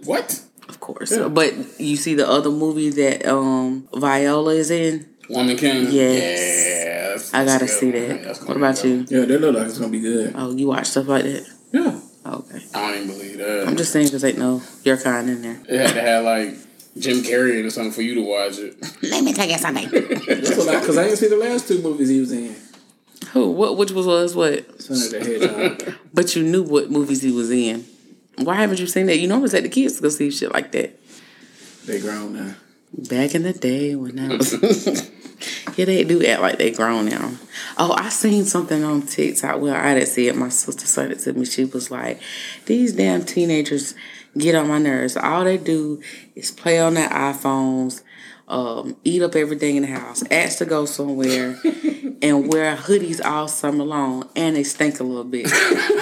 S1: What?
S2: of course. But you see the other movie that um Viola is in.
S1: Woman King.
S2: Yes.
S1: Yeah, that's-
S2: I gotta
S1: that's a
S2: see
S1: good one.
S2: that.
S1: That's gonna
S2: What
S1: be
S2: about
S1: good.
S2: you?
S3: Yeah, that looked like it's gonna be good.
S2: Oh, you watch stuff like that?
S3: Yeah.
S2: Okay.
S1: I don't even believe
S2: I'm
S1: that.
S2: just saying because ain't no your kind in there.
S1: It had to have like Jim Carrey or something for you to watch it.
S2: Let me tell you something.
S3: That's what I, cause I didn't see the last two movies he was in.
S2: Who? What? Which was was what?
S3: Sonic the Hedgehog.
S2: But you knew what movies he was in. Why haven't you seen that? You normally take the kids to go see shit like that.
S3: <laughs> they grown now.
S2: Back in the day when I was. yeah, they do act like they grown now. Oh, I seen something on TikTok. Well, I didn't see it. My sister sent it to me. She was like, these damn teenagers get on my nerves. All they do is play on their iPhones, um, eat up everything in the house, ask to go somewhere, and wear hoodies all summer long, and they stink a little bit.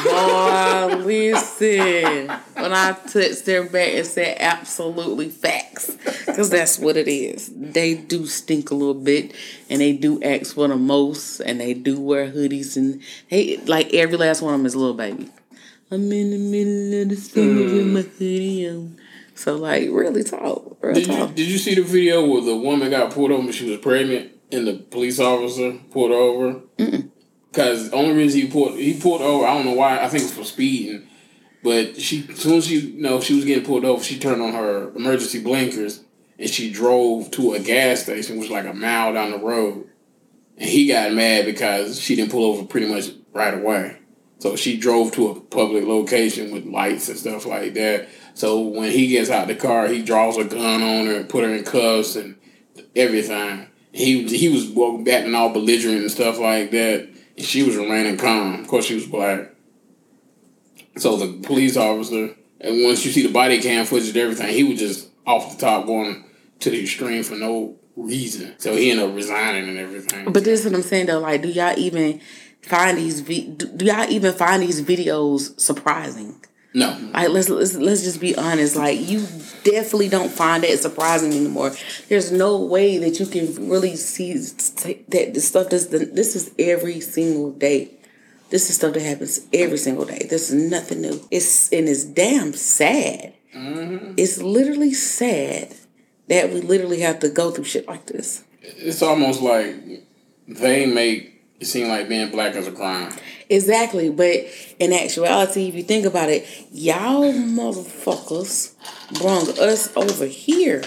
S2: Boy, listen. When I touched their back and said absolutely facts, because that's what it is. They do stink a little bit, and they do act for the most, and they do wear hoodies, and they like every last one of them is a little baby. I'm in the middle of the summer with my hoodie on. So like, really talk, real
S1: Did you,
S2: talk.
S1: did you see the video where the woman got pulled over? She was pregnant, and the police officer pulled her over. Because the only reason he pulled he pulled her over, I don't know why. I think it was for speeding. But she, as soon as she, you know, she was getting pulled over, she turned on her emergency blinkers and she drove to a gas station, which was like a mile down the road. And he got mad because she didn't pull over pretty much right away. So she drove to a public location with lights and stuff like that. So when he gets out the car, he draws a gun on her and put her in cuffs and everything. He he was walking back and all belligerent and stuff like that. And she was remaining calm. Of course, she was black. So the police officer, and once you see the body cam footage and everything, he was just off the top going to the extreme for no reason. So he ended up resigning and everything.
S2: But this is what I'm saying though. Like, do y'all even find these? Vi- do do y'all even find these videos surprising?
S1: no,
S2: Like, let's let's let's just be honest. Like, you definitely don't find that surprising anymore. There's no way that you can really see st- that the stuff. This this is every single day. This is stuff that happens every single day. This is nothing new. It's and it's damn sad. It's literally sad that we literally have to go through shit like this.
S1: it's almost like they make it seem like being black is a crime.
S2: Exactly, but in actuality, if you think about it, y'all motherfuckers brung us over here.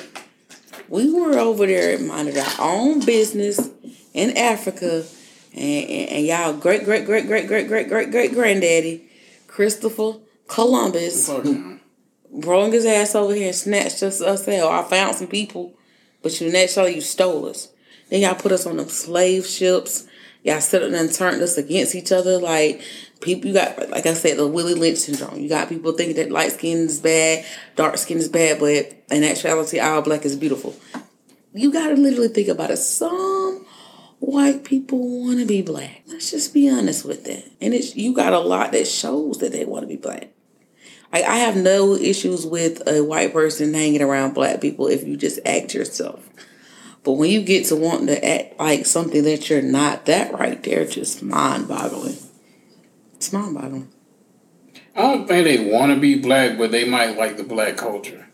S2: We were over there minding our own business in Africa, and, and, and y'all great great great great great great great great granddaddy, Christopher Columbus,
S1: Fuck no.
S2: brung his ass over here and snatched us us out. I found some people, but you next show you stole us. Then y'all put us on them slave ships. Y'all set up and turned us against each other. Like people, you got like I said, the Willie Lynch syndrome. You got people thinking that light skin is bad, dark skin is bad, but in actuality, all black is beautiful. You gotta literally think about it. Some white people want to be black. Let's just be honest with that. And it's you got a lot that shows that they want to be black. Like I have no issues with a white person hanging around black people if you just act yourself. But when you get to wanting to act like something that you're not, that right there just mind boggling. It's mind boggling.
S1: I don't think they want to be black, but they might like the black culture.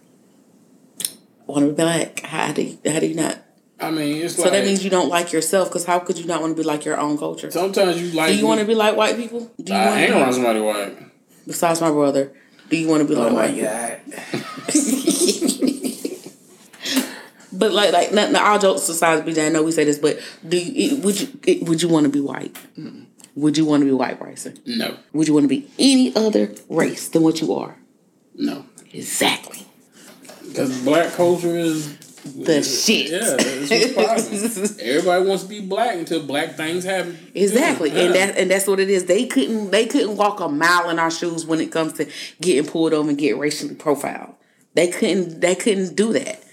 S2: Want to be black? How do you, how do you not?
S1: I mean, it's
S2: So
S1: like
S2: that means you don't like yourself. Because how could you not want to be like your own culture?
S1: sometimes you like.
S2: Do you want to be like white people? Do you
S1: I
S2: want
S1: hang
S2: to
S1: around
S2: be,
S1: somebody white.
S2: besides my brother? Do you want to be like
S3: Oh
S2: white
S3: my
S2: people?
S3: god.
S2: <laughs> But like, like, not, not all jokes aside, BJ. I know we say this, but do you, it- would you it- would you want to be white? Would you want to be white, Bryson?
S1: No,
S2: Would you want to be any other race than what you are?
S1: no,
S2: Exactly.
S1: because black culture is
S2: The shit.
S1: yeah, it's
S2: <laughs>
S1: what's popping. Everybody wants to be black until black things happen.
S2: Exactly,
S1: Yeah.
S2: and that and that's what it is. They couldn't they couldn't walk a mile in our shoes when it comes to getting pulled over and get racially profiled. They couldn't they couldn't do that.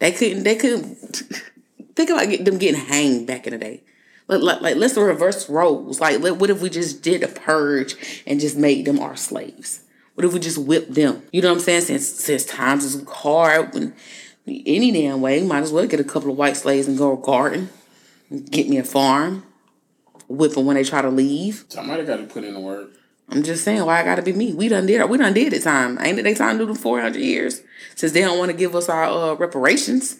S2: They couldn't they couldn't <laughs> think about get, them getting hanged back in the day. Like, like, like let's reverse roles. Like let, what if we just did a purge and just made them our slaves? What if we just whipped them? You know what I'm saying? Since since times is hard when any damn way, might as well get a couple of white slaves and go garden, get me a farm whip them when they try to leave.
S1: Somebody got to put in the work.
S2: I'm just saying, why it gotta be me? We done did we done did it time. Ain't it they time to do them 400 years since they don't want to give us our uh, reparations?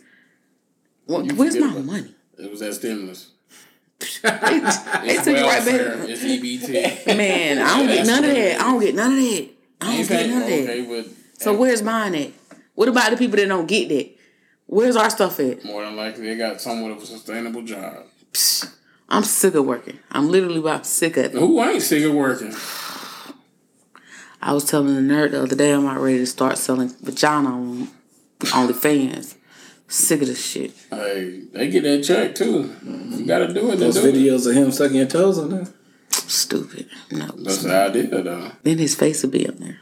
S2: What, where's
S1: forget
S2: my
S1: about-
S2: money?
S1: It was that stimulus.
S2: They, they
S1: It's
S2: took it right
S1: welfare. E
S2: back.
S1: It's
S2: <laughs>
S1: EBT.
S2: Man, I
S1: <laughs>
S2: don't get
S1: That's
S2: none of
S1: what it
S2: that. I don't get none of that. I don't get
S1: okay,
S2: none of that.
S1: okay, but
S2: So where's mine at? What about the people that don't get that? Where's our stuff at?
S1: more than likely they got someone with a sustainable job.
S2: Psh, I'm sick of working. I'm literally about sick of it.
S1: Who ain't sick of working?
S2: I was telling the nerd the other day I'm about ready to start selling vagina on <laughs> OnlyFans. Sick of this shit.
S1: Hey, they get that check too. You gotta do it.
S3: Those
S1: Those do it.
S3: videos of him sucking your toes on there.
S2: Stupid. No.
S1: That's the idea, though.
S2: Then his face would be up there.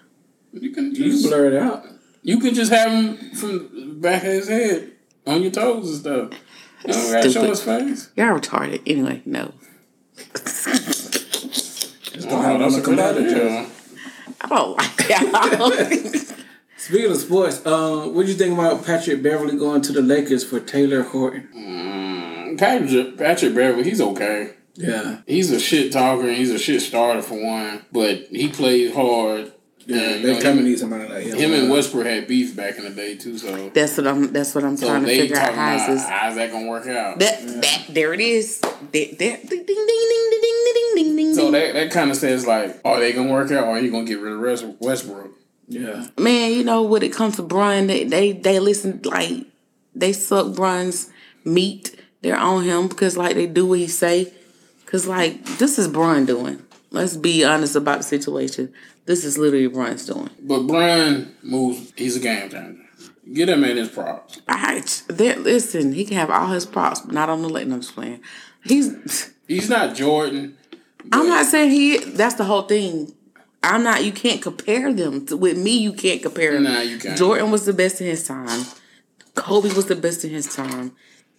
S1: You can
S3: You
S1: just,
S3: blur it out.
S1: you can just have him from the back of his head on your toes and stuff. You don't gotta show
S2: Stupid.
S1: his face.
S2: Y'all retarded. Anyway, no.
S3: Just don't
S1: Wow,
S3: have
S1: that's
S3: them
S1: a good
S3: come out of there.
S1: idea.
S2: I don't like <laughs> y'all.
S3: Speaking of sports, um, what do you think about Patrick Beverly going to the Lakers for Taylor Horton?
S1: Patrick, Patrick Beverly, he's okay.
S3: Yeah,
S1: He's a shit talker and he's a shit starter for one, but he plays hard.
S3: yeah,
S1: And, you
S3: they
S1: know,
S3: kind of
S1: him,
S3: need somebody like him.
S1: him and Westbrook had beef back in the day too, so
S2: that's what I'm. That's what I'm
S1: so
S2: trying to
S1: they
S2: figure out.
S1: talking
S2: How is
S1: about
S2: this?
S1: how's that gonna work out?
S2: That, that there it is. That, that, ding ding ding ding ding ding ding ding ding.
S1: so
S2: ding.
S1: that, that kind of says like, are they gonna work out, or are you gonna get rid of West- Westbrook?
S3: Yeah,
S2: Man, you know when it comes to Brian, they they, they listen like they suck Brian's meat. They're on him because like they do what he say. Cause like this is Brian doing. Let's be honest about the situation. This is literally Brian's doing.
S1: But Brian moves. He's a game changer. Get him in his props.
S2: I, there, listen, he can have all his props, but not on the late. No, I'm just playing. He's
S1: He's not Jordan.
S2: I'm not saying he. That's the whole thing. I'm not. You can't compare them To- with me. You can't compare them.
S1: Nah, you can't.
S2: Jordan was the best in his time. Kobe was the best in his time.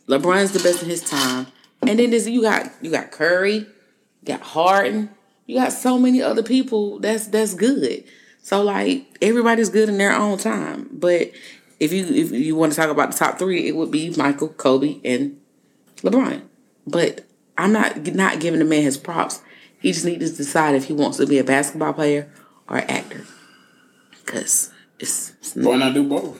S2: LeBron's the best in his time. And then this, you got you got Curry, you got Harden, you got so many other people that's that's good. So like everybody's good in their own time. But if you if you want to talk about the top three, it would be Michael, Kobe, and LeBron. But I'm not not giving the man his props. He just needs to decide if he wants to be a basketball player or an actor. Cause it's, it's
S1: Why not do both?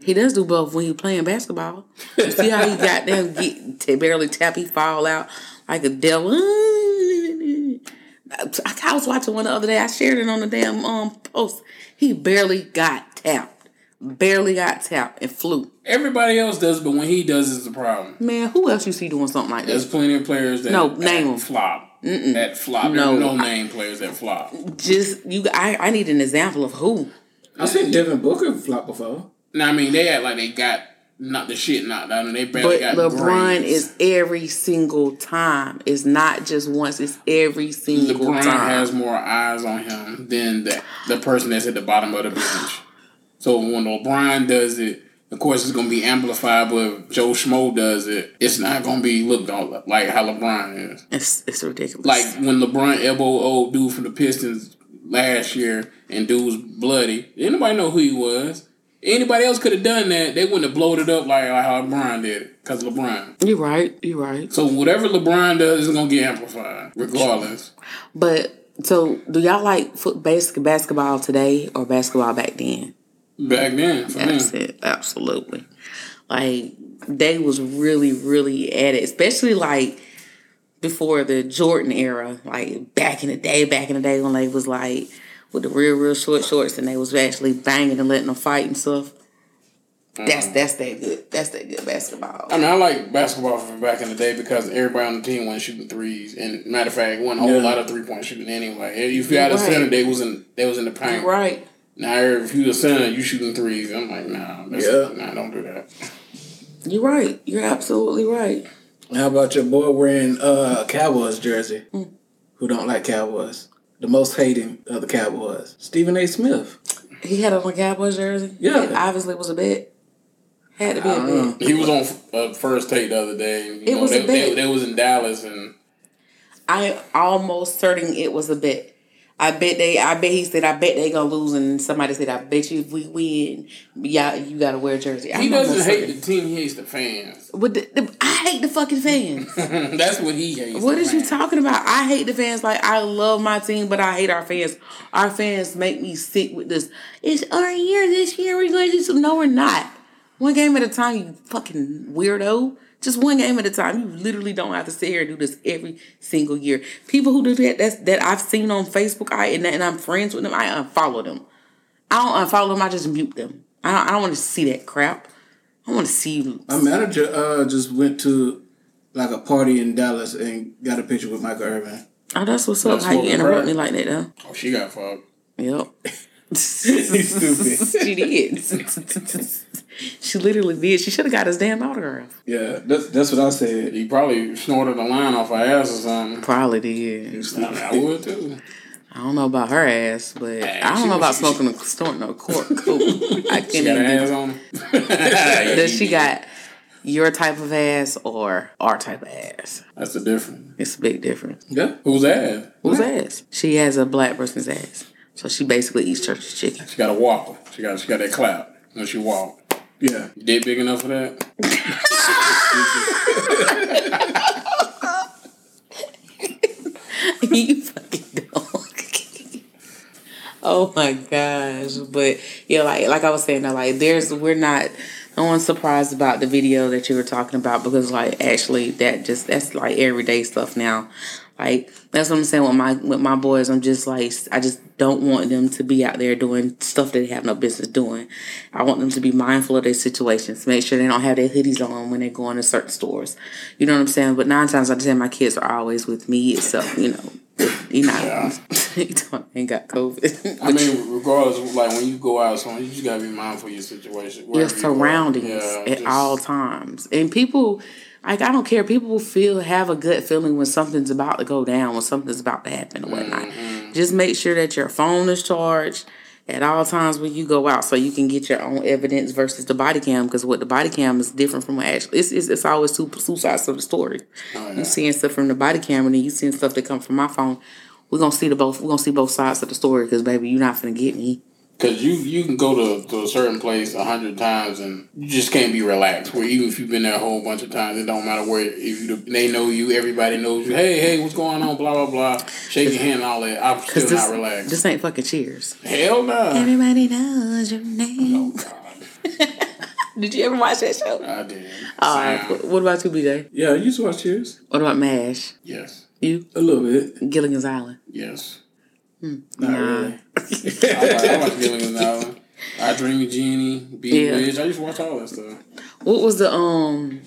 S2: he does do both when he playing basketball. You see how he got them get t- barely tap he fall out like a devil. I, I was watching one the other day. I shared it on the damn um post. He barely got tapped, barely got tapped and flew.
S1: Everybody else does, but when he does, it's a problem.
S2: Man, who else you see doing something like
S1: There's
S2: this?
S1: plenty of players that
S2: No,
S1: that
S2: name 'em.
S1: flop. That flop.
S2: No.
S1: No, no name players that flop.
S2: Just you. I I need an example of who.
S3: I seen Devin Booker flop before.
S1: Now I mean, they act like they got not the shit knocked out, and they barely
S2: But
S1: got.
S2: LeBron
S1: braids.
S2: is every single time. It's not just once. It's every single
S1: LeBron
S2: time.
S1: has more eyes on him than the the person that's at the bottom of the bench. So when LeBron does it, of course it's gonna be amplified. But if Joe Schmo does it, it's not gonna be looked on like how LeBron is.
S2: it's it's ridiculous.
S1: Like when LeBron elbow old dude from the Pistons last year, and dude was bloody. Anybody know who he was? Anybody else could have done that. They wouldn't have blowed it up like how LeBron did it, cause LeBron.
S2: you're right. You're right.
S1: So whatever LeBron does is gonna get amplified, regardless.
S2: But so, do y'all like foot basic basketball today or basketball back then?
S1: Back then, for me.
S2: That's it. Absolutely. Like they was really, really at it, especially like before the Jordan era. Like back in the day, back in the day when they was like with the real, real short shorts, and they was actually banging and letting them fight and stuff. That's
S3: Mm-hmm.
S2: that's that good. That's that good basketball.
S1: I mean, I like basketball from back in the day because everybody on the team wasn't shooting threes, and matter of fact, wasn't a whole
S3: Yeah.
S1: lot of three point shooting anyway. If you had a
S2: Right.
S1: center, they was in they was in the paint.
S2: Right.
S1: Now if you a center, you shooting threes. I'm like, nah, that's,
S3: Yeah.
S1: nah, don't do that.
S2: You're right. You're absolutely right.
S3: How about your boy wearing uh Cowboys jersey? Who don't like Cowboys? The most hating of the Cowboys, Stephen A. Smith.
S2: He had on a Cowboys jersey.
S3: Yeah.
S2: It obviously was a bet. Had to be a
S3: don't
S2: bet.
S1: He was on uh, first take the other day. You
S2: It
S1: know,
S2: was
S1: they,
S2: a
S1: they,
S2: bit.
S1: they was in Dallas, and
S2: I almost certain it was a bet. I bet they. I bet he said. I bet they gonna lose, and somebody said, "I bet you if we win, yeah, you gotta wear a jersey."
S1: he
S2: I'm
S1: doesn't <laughs>
S2: almost
S1: hate
S2: certain.
S1: the team. He hates the fans. <laughs>
S2: But the, the, I hate the fucking fans.
S1: that's what he hates.
S2: what
S1: the
S2: is you
S1: fans.
S2: talking about? I hate the fans. Like I love my team, but I hate our fans. Our fans make me sick with this. It's our year this year. We're going to do some. No, we're not. One game at a time. You fucking weirdo. Just one game at a time. You literally don't have to sit here and do this every single year. People who do that that's, that I've seen on Facebook, I and, and I'm friends with them. I unfollow them. I don't unfollow them. I just mute them. I
S3: Uh,
S2: don't, I don't want to see that crap. I want to see you
S3: My manager uh just went to like a party in Dallas and got a picture with Michael Irvin.
S2: Oh, that's what's up.
S3: That's
S2: How
S3: what
S2: you
S3: we
S2: interrupt
S3: heard.
S2: me like that, though?
S1: Oh, she got fucked. <laughs>
S2: Yep.
S3: He's stupid.
S2: she did. <laughs> she literally did. She should have got his damn autograph.
S3: Yeah, that's that's what I said.
S1: He probably snorted a line off her ass or something.
S2: Probably did.
S1: I, mean, I would too.
S2: I don't know about her ass, but I
S1: she-
S2: don't know about
S1: she-
S2: smoking a
S1: <laughs>
S2: snorting a cork. I can't
S1: She got her
S2: even.
S1: ass <laughs>
S3: <laughs>
S1: on. her.
S2: Does she got your type of ass or our type of ass?
S1: That's the difference.
S2: It's a big difference.
S3: Yeah.
S1: Who's ass?
S2: Whose ass? She has a black person's ass. So she basically eats church's chicken. <laughs>
S1: She got a walker. She got she got that clout when she walk.
S3: Yeah.
S1: Dick big enough for that?
S2: you fucking dog. <laughs> oh my gosh! But yeah, like like I was saying, though, like there's we're not no one's surprised about the video that you were talking about because like actually that just that's like everyday stuff now. Like that's what I'm saying with my with my boys. I'm just like I just don't want them to be out there doing stuff that they have no business doing. I want them to be mindful of their situations. Make sure they don't have their hoodies on when they're going to certain stores. You know what I'm saying? But nine times out of ten, my kids are always with me. So you know, you know, <laughs> he ain't got COVID. <laughs>
S1: I mean, regardless, of, like when you go out, somewhere, you just gotta be mindful of your situation.
S2: your
S1: wherever you go.
S2: surroundings
S1: Yeah,
S2: at
S1: just-
S2: all times. And people, like I don't care. People feel have a gut feeling when something's about to go down, when something's about to happen, or whatnot.
S1: Mm-hmm.
S2: Just make sure that your phone is charged at all times when you go out, so you can get your own evidence versus the body cam. Because what the body cam is different from what actually it's it's, it's always two, two sides of the story. You seeing stuff from the body camera, and then you seeing stuff that come from my phone. We're gonna see the both. We're gonna see both sides of the story. Because baby, you're not gonna get me.
S1: Cause you you can go to, to a certain place a hundred times and you just can't be relaxed. Where even if you've been there a whole bunch of times, it don't matter where if you they know you, everybody knows you. Hey hey, what's going on? Blah blah blah. Shake your hand and all that. I'm still
S2: Because
S1: not
S2: this,
S1: relaxed.
S2: this ain't fucking Cheers.
S1: Hell no.
S2: Everybody knows your name.
S1: Oh God,
S2: Did you ever watch that show?
S1: I did. Sam.
S2: Alright, what about you, BJ?
S3: Yeah, you used to watch Cheers.
S2: What about MASH?
S1: yes,
S2: You?
S3: A little bit.
S2: Gilligan's Island.
S1: yes.
S3: Not really.
S1: <laughs> I watch, I watch Gilligan's Island. I Dream of Genie, Be
S2: Yeah.
S1: yeah. Rich. I used to watch all that stuff.
S2: What was the um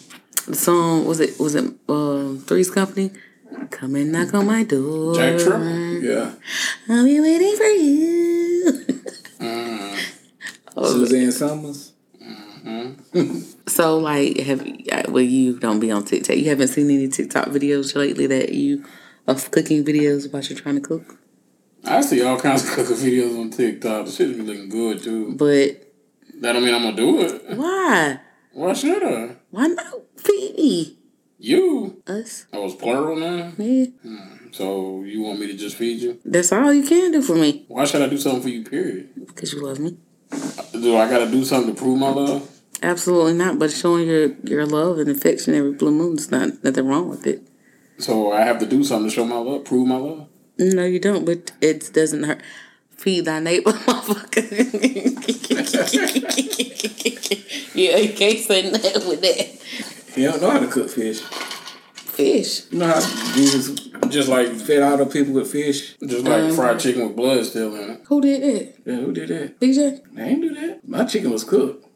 S2: the song was it was it um Three's Company? Come and knock on my door.
S1: Jack Triple.
S3: Yeah.
S2: I'll be waiting for you. Mm. Oh,
S3: Suzanne Summers.
S2: so like have uh, well you don't be on TikTok. You haven't seen any TikTok videos lately that you of cooking videos about you trying to cook?
S1: I see all kinds of cooking videos on TikTok. The shit be looking good too.
S2: But
S1: That don't mean I'm gonna do it.
S2: why?
S1: Why should I?
S2: Why not feed me?
S1: You.
S2: Us?
S1: I was plural now.
S2: Yeah.
S1: So you want me to just feed you?
S2: That's all you can do for me
S1: Why should I do something for you? Period.
S2: because you love me.
S1: Do I gotta do something to prove my love?
S2: Absolutely not. But showing your your love and affection every blue moon is not nothing wrong with it.
S1: So I have to do something to show my love, prove my love.
S2: No, you don't. But it doesn't hurt. Feed thy neighbor, <laughs> motherfucker. yeah, you can't say nothing with that
S3: You don't know how to cook fish.
S2: fish.
S3: You know how Jesus
S1: Just like
S3: fed all the people with fish?
S1: just like fried chicken with blood still in it.
S2: Who did that,
S3: Yeah, who did that?
S2: BJ?
S3: I didn't do that. My chicken was cooked.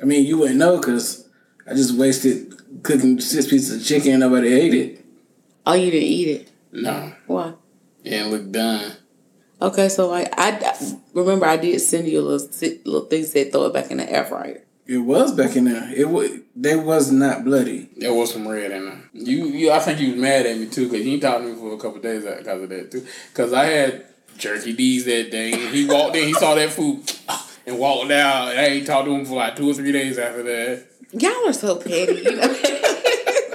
S3: I mean, you wouldn't know because I just wasted cooking six pieces of chicken and nobody ate it.
S2: Oh, you didn't eat it.
S1: No,
S2: Why?
S1: it ain't look done.
S2: Okay, so like I, I remember I did send you a little si- little thing said throw it back in the air fryer.
S3: It was back in there. It was. They was not bloody.
S1: There was some red in it. You, you I think you was mad at me too because you ain't talked to me for a couple days because of that too. Because I had jerky D's that day. and He walked in, he saw that food, <laughs> and walked out. And I ain't talked to him for like two or three days after that.
S2: Y'all are so petty. You know?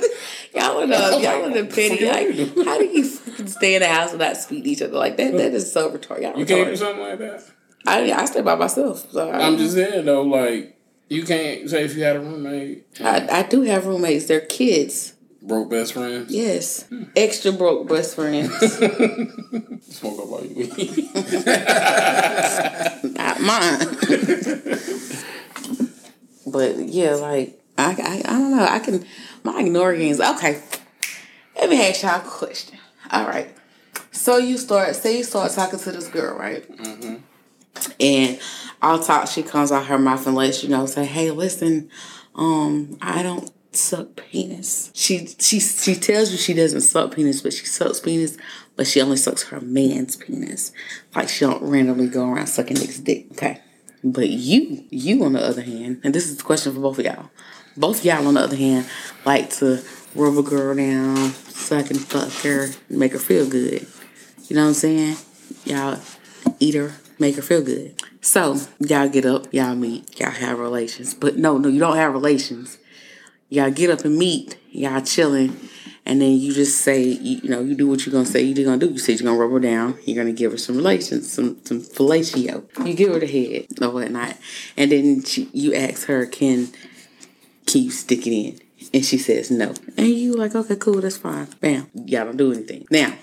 S2: <laughs> y'all are the, y'all are the petty. Like, how do you fucking stay in the house and not speak to each other like that? That is so retarded. Y'all
S1: You can't do
S2: retarded.
S1: something like that.
S2: I, I stay by myself. So I,
S1: I'm just saying though, like you can't say if you had a roommate,
S2: I, I do have roommates. They're kids.
S1: broke best friend,
S2: Yes.
S1: Hmm.
S2: Extra broke best friends.
S1: smoke up all your <laughs> weed.
S2: Not mine. <laughs> but yeah, like, I, I, I don't know. I can, my ignorance. Okay. Let me ask y'all a question. All right. So you start, say you start talking to this girl, right? And all talk, she comes out her mouth and lets you know, say, hey, listen, um, I don't suck penis. She she she tells you she doesn't suck penis, but she sucks penis, but she only sucks her man's penis. Like she don't randomly go around sucking niggas' dick. Okay. But you, you on the other hand, and this is the question for both of y'all. Both of y'all on the other hand like to rub a girl down, suck and fuck her, make her feel good. You know what I'm saying? Y'all eat her, make her feel good. So y'all get up, y'all meet, y'all have relations. But no, no, you don't have relations y'all get up and meet, y'all chilling, and then you just say, you, you know, you do what you're gonna say, you're gonna do. You said you're gonna rub her down, you're gonna give her some relations, some some fellatio. You give her the head or whatnot, and then she, you ask her, can can you stick it in? And she says no, and you like, okay, cool, that's fine. Bam, y'all don't do anything now.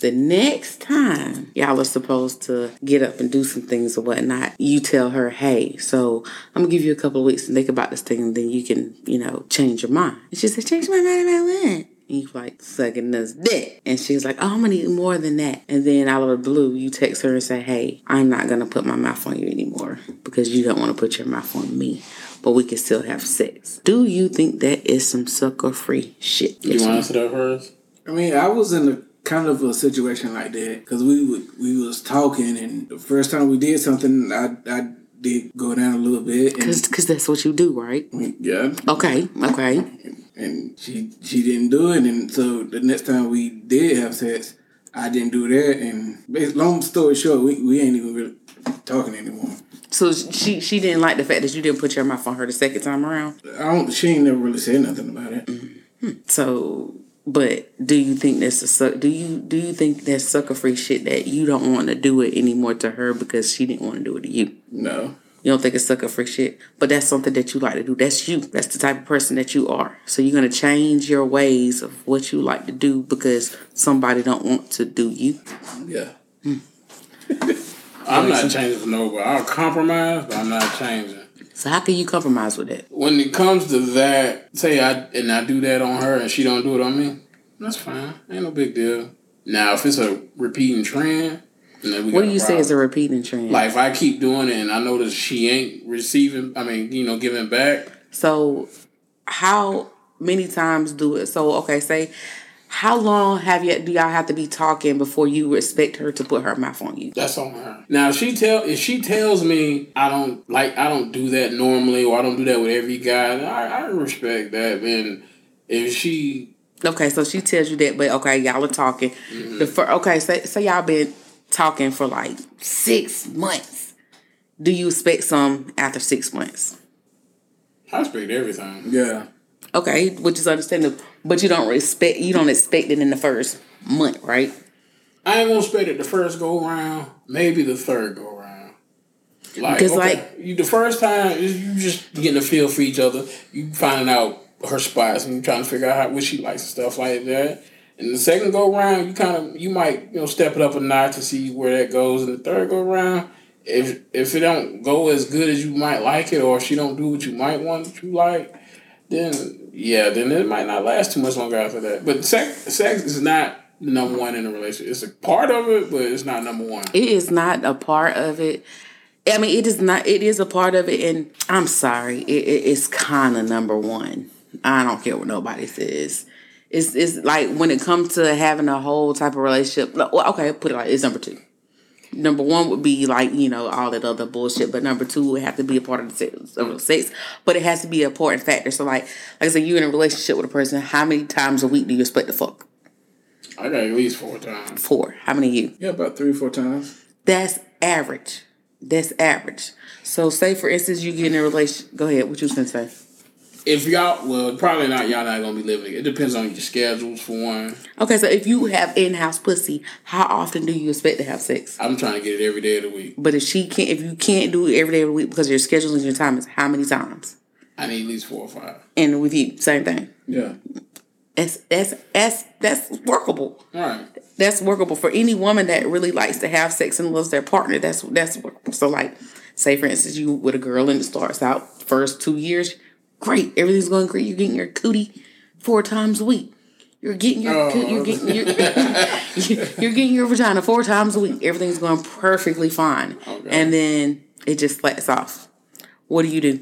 S2: The next time y'all are supposed to get up and do some things or whatnot, you tell her, hey, so I'm gonna give you a couple of weeks to think about this thing and then you can, you know, change your mind. And she said, change my mind about what? And you like sucking this dick. And she's like, oh, I'm gonna need more than that. And then out of the blue, you text her and say, hey, I'm not gonna put my mouth on you anymore because you don't wanna put your mouth on me. But we can still have sex. Do you think that is some sucker free shit?
S1: You want to sit up first?
S3: I mean, I was in a kind of a situation like that because we would we was talking, and the first time we did something, I I did go down a little bit, and
S2: Because that's what you do, right?
S3: yeah,
S2: Okay, okay.
S3: and she she didn't do it, and so the next time we did have sex, I didn't do that, and bas- long story short, we we ain't even really talking anymore.
S2: So she she didn't like the fact that you didn't put your mouth on her the second time around.
S3: I don't. She ain't never really said nothing about it.
S2: Mm-hmm. So, but do you think that's a suck? Do you do you think that's sucker free shit that you don't want to do it anymore to her because she didn't want to do it to you?
S3: No.
S2: You don't think it's sucker free shit, but that's something that you like to do. That's you. That's the type of person that you are. So you're gonna change your ways of what you like to do because somebody don't want to do you.
S3: Yeah.
S1: I'm not changing for nobody. I'll compromise, but I'm not changing.
S2: So how can you compromise with that?
S1: When it comes to that, say I and I do that on her and she don't do it on me, that's fine. Ain't no big deal. Now if it's a repeating trend, then we
S2: What
S1: got
S2: do
S1: a
S2: you say is a
S1: problem.
S2: repeating trend?
S1: like if I keep doing it and I notice she ain't receiving, I mean you know giving back,
S2: So, how many times do it? So, okay, say, how long have you do y'all have to be talking before you expect her to put her mouth on you?
S1: that's on her. Now if she tell if she tells me I don't like I don't do that normally or I don't do that with every guy, then I, I respect that. And if she
S2: Okay, so she tells you that, but okay, y'all are talking. The fir- okay, say say y'all been talking for like six months. Do you expect some after six months?
S1: I respect everything.
S3: Yeah.
S2: Okay, which is understandable, but you don't respect you don't expect it in the first month, right?
S1: I ain't gonna expect it the first go round, maybe the third go round. Like,
S2: 'Cause,
S1: okay,
S2: like-
S1: you, the first time is you just getting a feel for each other, you finding out her spots and you trying to figure out how, what she likes and stuff like that. And the second go round, you kind of you might you know step it up a notch to see where that goes. And the third go round, if if it don't go as good as you might like it, or if she don't do what you might want that you like, then yeah, then it might not last too much longer after that. But sex, sex is not the number one in a relationship. It's a part of it, but it's not number one.
S2: it is not a part of it. I mean, it is not. It is a part of it, and I'm sorry, it, it, it's kind of number one. I don't care what nobody says. It's it's like when it comes to having a whole type of relationship. like, Well, okay, put it like it's number two. Number one would be like you know all that other bullshit, but number two would have to be a part of the sex, of the sex. But it has to be an important factor. So like like I said, you're in a relationship with a person. How many times a week do you expect to fuck?
S1: I got at least four times.
S2: Four. How many you?
S3: Yeah, about three or four times.
S2: That's average. That's average. So say for instance you get in a relation go ahead, what you was gonna say?
S1: If y'all, well, probably not. Y'all not gonna be living. It depends on your schedules for one.
S2: Okay, so if you have in house pussy, how often do you expect to have sex?
S1: I'm trying to get it every day of the week.
S2: But if she can't if you can't do it every day of the week because of your schedule and your time is how many times?
S1: I need at least four or five.
S2: And with you, same thing.
S3: Yeah.
S2: That's that's that's that's workable.
S1: All right.
S2: that's workable for any woman that really likes to have sex and loves their partner. That's that's workable. So like, say for instance, you with a girl and it starts out first two years, great, everything's going great. You're getting your cootie four times a week. You're getting your
S1: Oh.
S2: coo- you're getting your <laughs> you're getting your vagina four times a week. Everything's going perfectly fine,
S1: Okay.
S2: and then it just flats off. What do you do?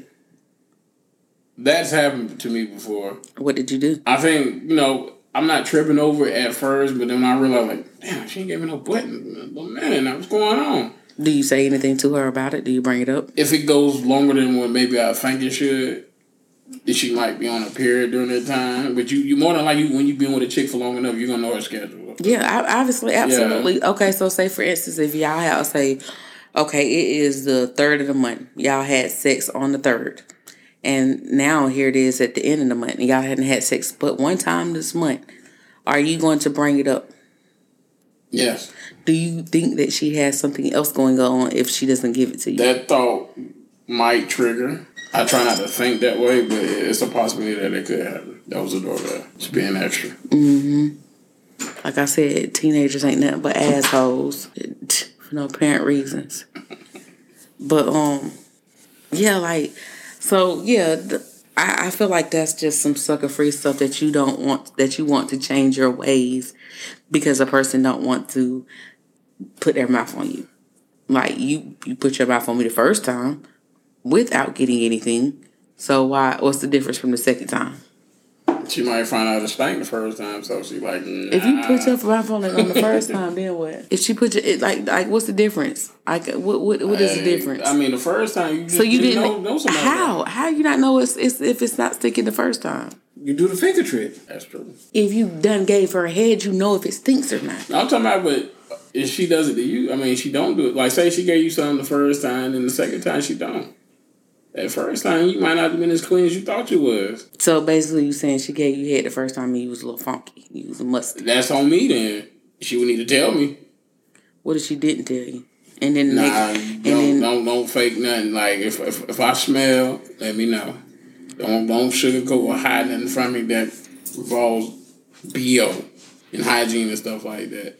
S1: that's happened to me before.
S2: What did you do?
S1: I think you know I'm not tripping over it at first, but then I realized like, damn, she ain't gave me no button. But man, what's going on?
S2: Do you say anything to her about it? Do you bring it up?
S1: If it goes longer than what maybe I think it should, then she might be on a period during that time. But you, you more than likely when you've been with a chick for long enough, you're gonna know her schedule.
S2: Yeah, I, obviously, absolutely. Okay, so say for instance, if y'all have say, okay, it is the third of the month. Y'all had sex on the third, and now here it is at the end of the month. And y'all hadn't had sex but one time this month. Are you going to bring it up?
S1: Yes,
S2: Do you think that she has something else going on if she doesn't give it to you?
S1: that thought might trigger. I try not to think that way, but it's a possibility that it could happen. That was a doorbell. Just uh, being extra.
S2: like I said, teenagers ain't nothing but assholes for no apparent reasons. But um, yeah, like so, yeah. Th- I, I feel like that's just some sucker free stuff that you don't want that you want to change your ways because a person don't want to put their mouth on you. Like you, you put your mouth on me the first time without getting anything. So why? What's the difference from the second time?
S1: She might find out it's stank the first time, so she like. Nah.
S2: If you put your mouth on it on the first time, then what? If she put your it, like like what's the difference? Like what what what is the difference?
S1: I mean, the first time you just,
S2: so you, didn't
S1: know, know somebody.
S2: how how you not know it's, it's if it's not sticking the first time.
S3: You do the
S2: <laughs>
S3: finger trick.
S1: That's true.
S2: If you done gave her a head, you know if it stinks or not.
S1: I'm talking about, but if she does it to you, I mean, she don't do it. Like, say she gave you something the first time, and the second time she don't. That first time, you might not have been as clean as you thought you was.
S2: So basically, you saying she gave you head the first time and you was a little funky, you was a musty.
S1: That's on me then. She would need to tell me.
S2: What if she didn't tell you? And then the
S1: Nah,
S2: next,
S1: don't,
S2: and then
S1: don't don't fake nothing. Like if, if if I smell, let me know. Don't don't sugarcoat or hide nothing from me that involves bo and hygiene and stuff like that.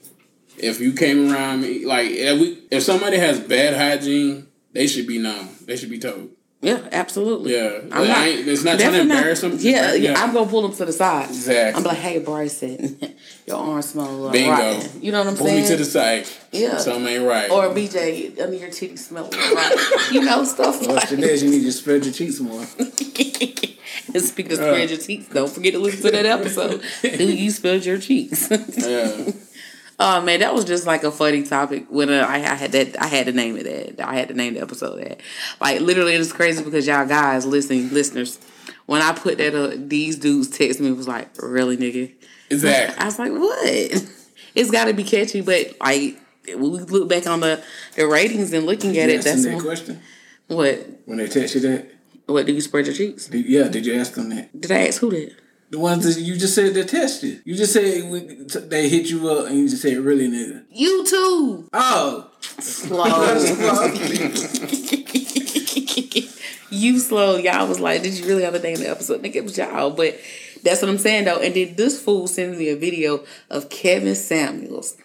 S1: If you came around me, like if, we, if somebody has bad hygiene, they should be known. They should be told.
S2: yeah, absolutely.
S1: Yeah,
S2: I'm
S1: Like,
S2: not-
S1: I ain't, it's not trying to
S2: Definitely not-
S1: embarrass them.
S2: Yeah, yeah, I'm gonna pull them to the side.
S1: Exactly.
S2: I'm like, hey, Bryson, <laughs> your arm smell a little
S1: Bingo.
S2: rotten. You know what I'm
S1: pull
S2: saying?
S1: me to the side.
S2: Yeah.
S1: something ain't right.
S2: or BJ, I mean, your titties smell right. you know, stuff like
S3: Question is, you need to spread your cheeks more.
S2: <laughs> And speaking of spread your cheeks, don't forget to listen to that episode. Do you spill your cheeks? <laughs>
S1: yeah,
S2: oh man, that was just like a funny topic. When uh, I, I had that, I had to name it that. I had to name the episode that. Like literally, it's crazy because y'all guys, listening listeners, when I put that up, these dudes text me and was like, "Really, nigga."
S1: exactly.
S2: I was like, what? <laughs> It's got to be catchy, but like when we look back on the the ratings and looking at
S3: Did you
S2: it,
S3: ask them
S2: that's
S3: that
S2: one-
S3: question
S2: what.
S3: when they text you that.
S2: What do you spread your cheeks?
S3: Did, yeah, did you ask them that?
S2: Did I ask who that?
S3: The ones that you just said they tested. You just said when- t- they hit you up and you just said really nigga.
S2: You too.
S3: Oh,
S2: Slow. <laughs> you slow. Y'all was like, did you really have a name in the episode? Nigga, it was y'all. But that's what I'm saying though. And then this fool sends me a video of Kevin Samuels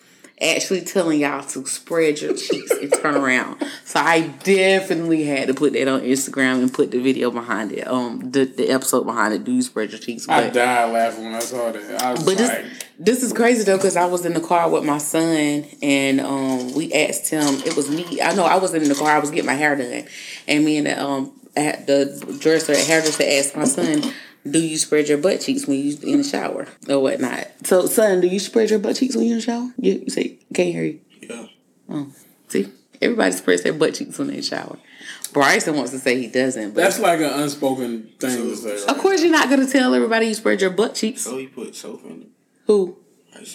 S2: actually telling y'all to spread your cheeks and turn around. So I definitely had to put that on Instagram and put the video behind it. Um the, the episode behind it. Do you spread your cheeks?
S1: I
S2: But-
S1: died laughing when I saw that. I was like,
S2: but this this is crazy though because I was in the car with my son and um we asked him it was me I know I was in the car I was getting my hair done and me and the um at the dresser hairdresser asked my son do you spread your butt cheeks when you in the shower or whatnot so son do you spread your butt cheeks when you in the shower you, you say can't hear you Oh,
S1: yeah.
S2: see everybody spreads their butt cheeks when they shower Bryson wants to say he doesn't but
S1: that's like an unspoken thing to say.
S2: of course you're not gonna tell everybody you spread your butt cheeks
S1: Oh.
S4: So he put soap in it.
S2: who
S4: Like,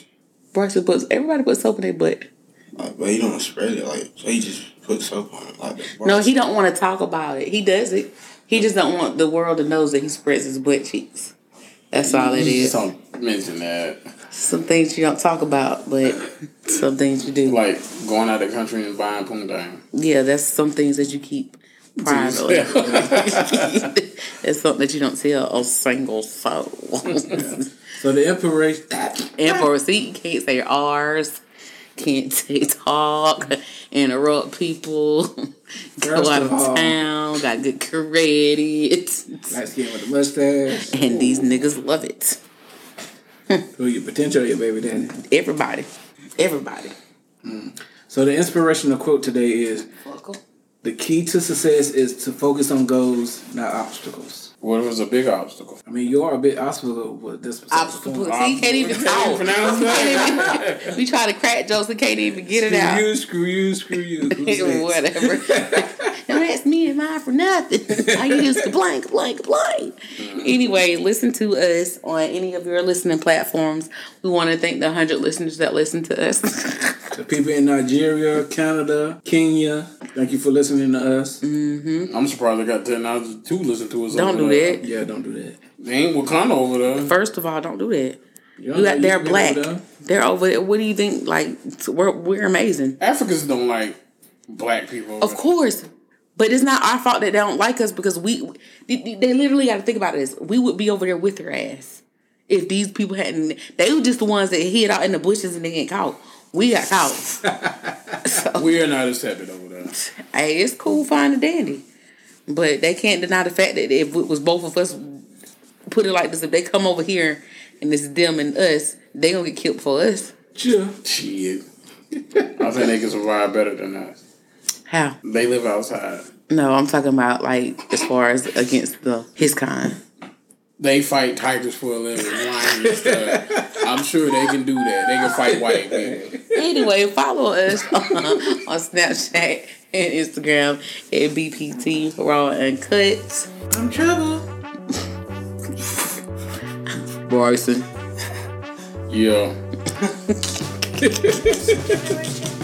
S2: Bryson puts everybody puts soap in their butt.
S4: like, but he don't spread it. Like, so he just put soap on it. Like, the
S2: No,
S4: brush.
S2: he don't want to talk about it. He does it. He just don't want the world to know that he spreads his butt cheeks. That's all it
S1: Just
S2: is.
S1: don't mention that.
S2: Some things you don't talk about, but some things you do.
S1: Like going out of the country and buying poon down.
S2: Yeah, that's some things that you keep privately. <laughs> that's something that you don't tell a single soul. <laughs>
S3: so the inspiration.
S2: and for a seat, you can't say R's, can't say talk, interrupt people, <laughs> go
S3: First
S2: out
S3: of
S2: of
S3: all-
S2: town, got good credit.
S3: Light skin with a mustache.
S2: And these niggas love it.
S3: Who your potential, your baby daddy.
S2: Everybody. Everybody.
S3: So the inspirational quote today is: "The key to success is to focus on goals, not obstacles."
S1: <laughs> What was a big obstacle?
S3: I mean, you are a bit obstacle with this
S2: Obstacle. See, you can't even
S1: Can't
S2: talk.
S1: pronounce that.
S2: <laughs> We try to crack jokes and can't even get it
S3: Screw
S2: out.
S3: you, screw you,
S2: <laughs>
S3: screw you. Who's next?
S2: Whatever. Don't ask me and mine for <laughs> nothing. All you do is complain, complain, complain. Anyway, listen to us on any of your listening platforms. We want to thank the 100 listeners that listen to us. <laughs>
S3: The people in Nigeria, Canada, Kenya, thank you for listening to us.
S2: Mm.
S1: I'm surprised I got ten thousand to listen to us.
S2: Don't
S1: over
S2: do
S1: there.
S2: that.
S3: Yeah, don't do that.
S1: They ain't Wakanda over there.
S2: First of all, don't do that.
S3: You
S2: You got, they're
S3: can
S2: black.
S3: do that.
S2: They're over there. What do you think? Like, we're, we're amazing.
S1: Africans don't like black people.
S2: Of course. But it's not our fault that they don't like us because we, they, they literally got to think about this. We would be over there with her ass if these people hadn't. They were just the ones that hid out in the bushes and they get caught. We got caught.
S1: We are not accepted over there.
S2: hey, it's cool, fine and dandy. But they can't deny the fact that if it was both of us, put it like this, if they come over here and it's them and us, they gonna get killed for us.
S3: Sure.
S1: Shit. I think they can survive better than us.
S2: How?
S1: They live outside.
S2: No, I'm talking about like as far as against the his kind.
S1: They fight tigers for a living, lions <laughs> and stuff. I'm sure they can do that. They can fight white people.
S2: anyway, follow us on, on Snapchat and Instagram at BPT Raw Uncut.
S3: I'm trouble.
S2: Bryson.
S1: Yeah.
S5: Thank